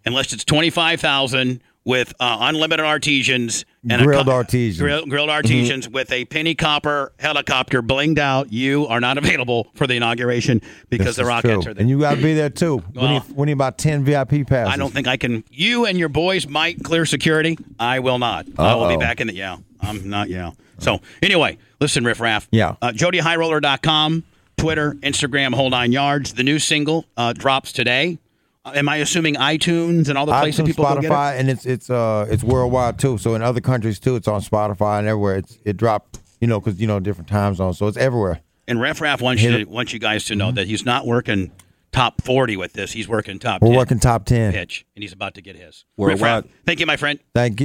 [SPEAKER 3] unless it's twenty five thousand with uh, unlimited artisans and a
[SPEAKER 1] Grilled
[SPEAKER 3] co-
[SPEAKER 1] artisans. Mm-hmm.
[SPEAKER 3] grill, grilled artisans with a penny copper helicopter blinged out, you are not available for the inauguration because
[SPEAKER 1] This
[SPEAKER 3] the
[SPEAKER 1] is
[SPEAKER 3] Rockets
[SPEAKER 1] true.
[SPEAKER 3] are there.
[SPEAKER 1] And you gotta be there too. we,
[SPEAKER 3] Well,
[SPEAKER 1] need, we need about ten VIP passes.
[SPEAKER 3] I don't think I can. You and your boys might clear security. I will not. I will be
[SPEAKER 1] Uh-oh.
[SPEAKER 3] back in the. Yeah, I'm not. Yeah. So anyway, listen, Riff Raff.
[SPEAKER 1] Yeah.
[SPEAKER 3] Uh, JodyHighroller.com, Twitter, Instagram, Hold On Yards. The new single uh, drops today. Uh, am I assuming iTunes and all the places
[SPEAKER 1] iTunes,
[SPEAKER 3] people go get it?
[SPEAKER 1] Spotify, and it's it's uh it's worldwide too. So in other countries too, it's on Spotify and everywhere. It's it dropped, you know, because you know different time zones, so it's everywhere.
[SPEAKER 3] And Riff Raff wants you to, wants you guys to know
[SPEAKER 1] Mm-hmm.
[SPEAKER 3] that he's not working top forty with this. He's working top.
[SPEAKER 1] We're
[SPEAKER 3] 10
[SPEAKER 1] working top ten.
[SPEAKER 3] pitch, and he's about to get his.
[SPEAKER 4] Worldwide.
[SPEAKER 3] Riff Raff, Thank you, my friend.
[SPEAKER 1] Thank you.